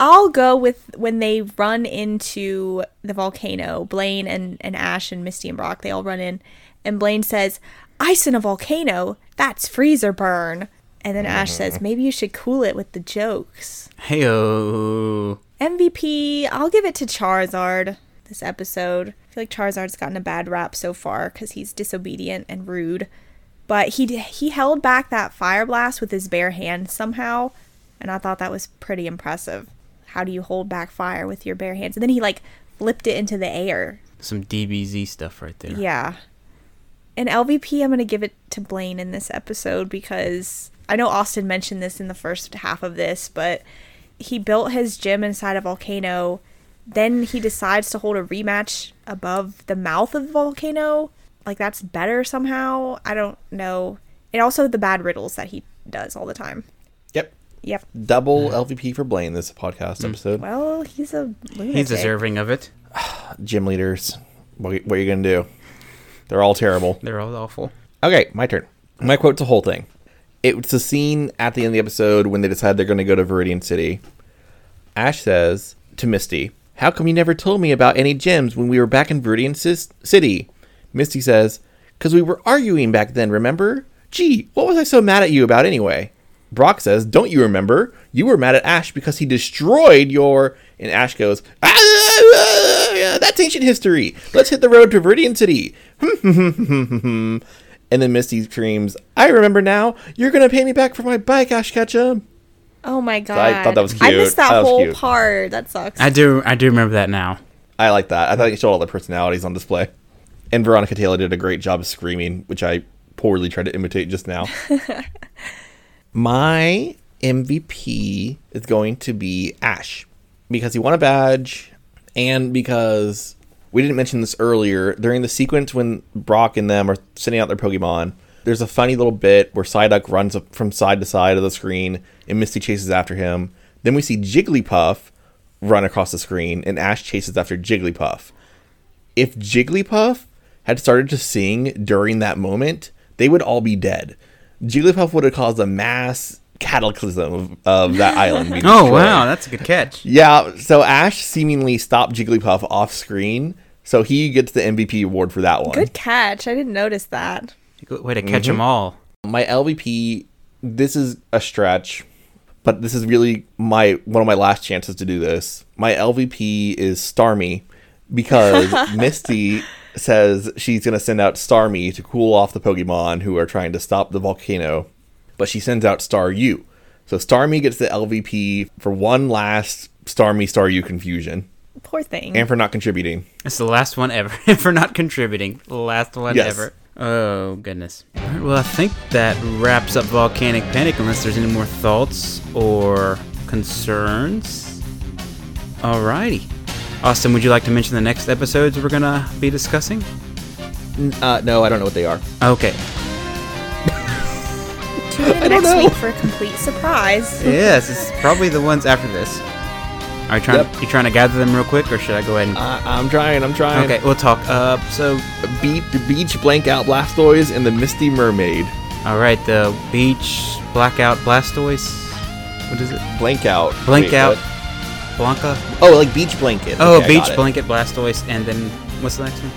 Speaker 4: I'll go with when they run into the volcano. Blaine and, and Ash and Misty and Brock, they all run in. And Blaine says, Ice in a volcano? That's freezer burn. And then Ash says, Maybe you should cool it with the jokes.
Speaker 2: Hey, oh.
Speaker 4: MVP, I'll give it to Charizard this episode. I feel like Charizard's gotten a bad rap so far because he's disobedient and rude. But he d- he held back that fire blast with his bare hand somehow, and I thought that was pretty impressive. How do you hold back fire with your bare hands? And then he like flipped it into the air.
Speaker 2: Some DBZ stuff right there.
Speaker 4: Yeah. And LVP, I'm gonna give it to Blaine in this episode because I know Austin mentioned this in the first half of this, but he built his gym inside a volcano. Then he decides to hold a rematch above the mouth of the volcano. Like that's better somehow. I don't know. And also the bad riddles that he does all the time.
Speaker 3: Yep.
Speaker 4: Yep.
Speaker 3: Double LVP for Blaine this podcast episode.
Speaker 4: Well, he's a lunatic.
Speaker 2: He's deserving of it.
Speaker 3: Gym leaders, what, what are you going to do? They're all terrible.
Speaker 2: They're all awful.
Speaker 3: Okay, my turn. My quote's a whole thing. It's the scene at the end of the episode when they decide they're going to go to Viridian City. Ash says to Misty, How come you never told me about any gems when we were back in Viridian Cis- City? Misty says, Because we were arguing back then, remember? Gee, what was I so mad at you about anyway? Brock says, Don't you remember? You were mad at Ash because he destroyed your. And Ash goes, "Ah, ah, ah, That's ancient history. Let's hit the road to Viridian City. And then Misty screams, I remember now. You're going to pay me back for my bike, Ash Ketchum.
Speaker 4: Oh my god.
Speaker 3: I thought that was
Speaker 4: I
Speaker 3: cute.
Speaker 4: missed that,
Speaker 3: That was
Speaker 4: whole
Speaker 3: cute.
Speaker 4: part. That sucks.
Speaker 2: I do. I do remember that now.
Speaker 3: I like that. I thought it showed all the personalities on display. And Veronica Taylor did a great job of screaming, which I poorly tried to imitate just now. my MVP is going to be Ash because he won a badge and because we didn't mention this earlier. During the sequence when Brock and them are sending out their Pokemon, there's a funny little bit where Psyduck runs up from side to side of the screen and Misty chases after him. Then we see Jigglypuff run across the screen and Ash chases after Jigglypuff if Jigglypuff had started to sing during that moment, they would all be dead. Jigglypuff would have caused a mass cataclysm of, of that island. being
Speaker 2: Oh
Speaker 3: destroyed.
Speaker 2: wow, that's a good catch.
Speaker 3: Yeah, so Ash seemingly stopped Jigglypuff off screen, so he gets the MVP award for that one.
Speaker 4: Good catch. I didn't notice that.
Speaker 2: Good Way to catch them all.
Speaker 3: My LVP, this is a stretch, but this is really my one of my last chances to do this. My LVP is Starmie because Misty says she's going to send out Starmie to cool off the Pokemon who are trying to stop the volcano, but she sends out Staryu. So Starmie gets the LVP for one last Starmie Staryu confusion
Speaker 4: Poor thing.
Speaker 3: and for not contributing.
Speaker 2: It's the last one ever for not contributing. Last one
Speaker 3: Yes.
Speaker 2: ever. Oh goodness. All right, well, I think that wraps up Volcanic Panic. Unless there's any more thoughts or concerns. Alrighty. Austin, would you like to mention the next episodes we're gonna be discussing?
Speaker 3: Uh, no, I don't know what they are.
Speaker 2: Okay.
Speaker 4: Tune in
Speaker 3: I don't
Speaker 4: next
Speaker 3: know.
Speaker 4: week for a complete surprise.
Speaker 2: yes, it's probably the ones after this. Are you trying?
Speaker 3: Yep.
Speaker 2: You trying to gather them real quick, or should I go ahead and?
Speaker 3: I- I'm trying, I'm trying.
Speaker 2: Okay, we'll talk. Uh, so,
Speaker 3: Beat the Beach Blank Out Blastoise and the Misty Mermaid.
Speaker 2: all right, the beach blackout Blastoise. What is it?
Speaker 3: Blank out.
Speaker 2: Blank
Speaker 3: Wait,
Speaker 2: out
Speaker 3: what?
Speaker 2: Blanca.
Speaker 3: Oh, like beach blanket.
Speaker 2: Oh,
Speaker 3: Okay, I got
Speaker 2: beach
Speaker 3: it.
Speaker 2: blanket Blastoise, and then what's the next one?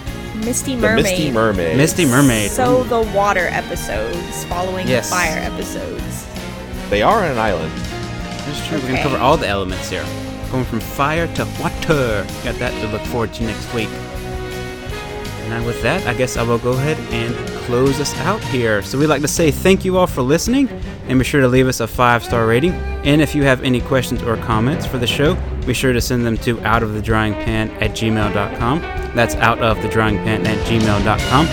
Speaker 4: Misty
Speaker 3: The
Speaker 4: Mermaid.
Speaker 3: Misty Mermaid.
Speaker 2: Misty Mermaid.
Speaker 4: So the water episodes following
Speaker 2: Yes.
Speaker 4: the fire episodes.
Speaker 3: They are on an island.
Speaker 2: That's true. We're gonna
Speaker 4: Okay.
Speaker 2: cover all the elements here. Going from fire to water. Got that to look forward to next week. And with that, I guess I will go ahead and close us out here. So we'd like to say thank you all for listening, and be sure to leave us a five-star rating. And if you have any questions or comments for the show, be sure to send them to outofthedryingpan at gmail.com. That's outofthedryingpan at gmail.com.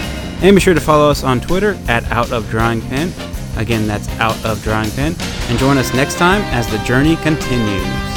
Speaker 2: And be sure to follow us on Twitter at outofdryingpan. Again, that's outofdryingpan. And join us next time as the journey continues.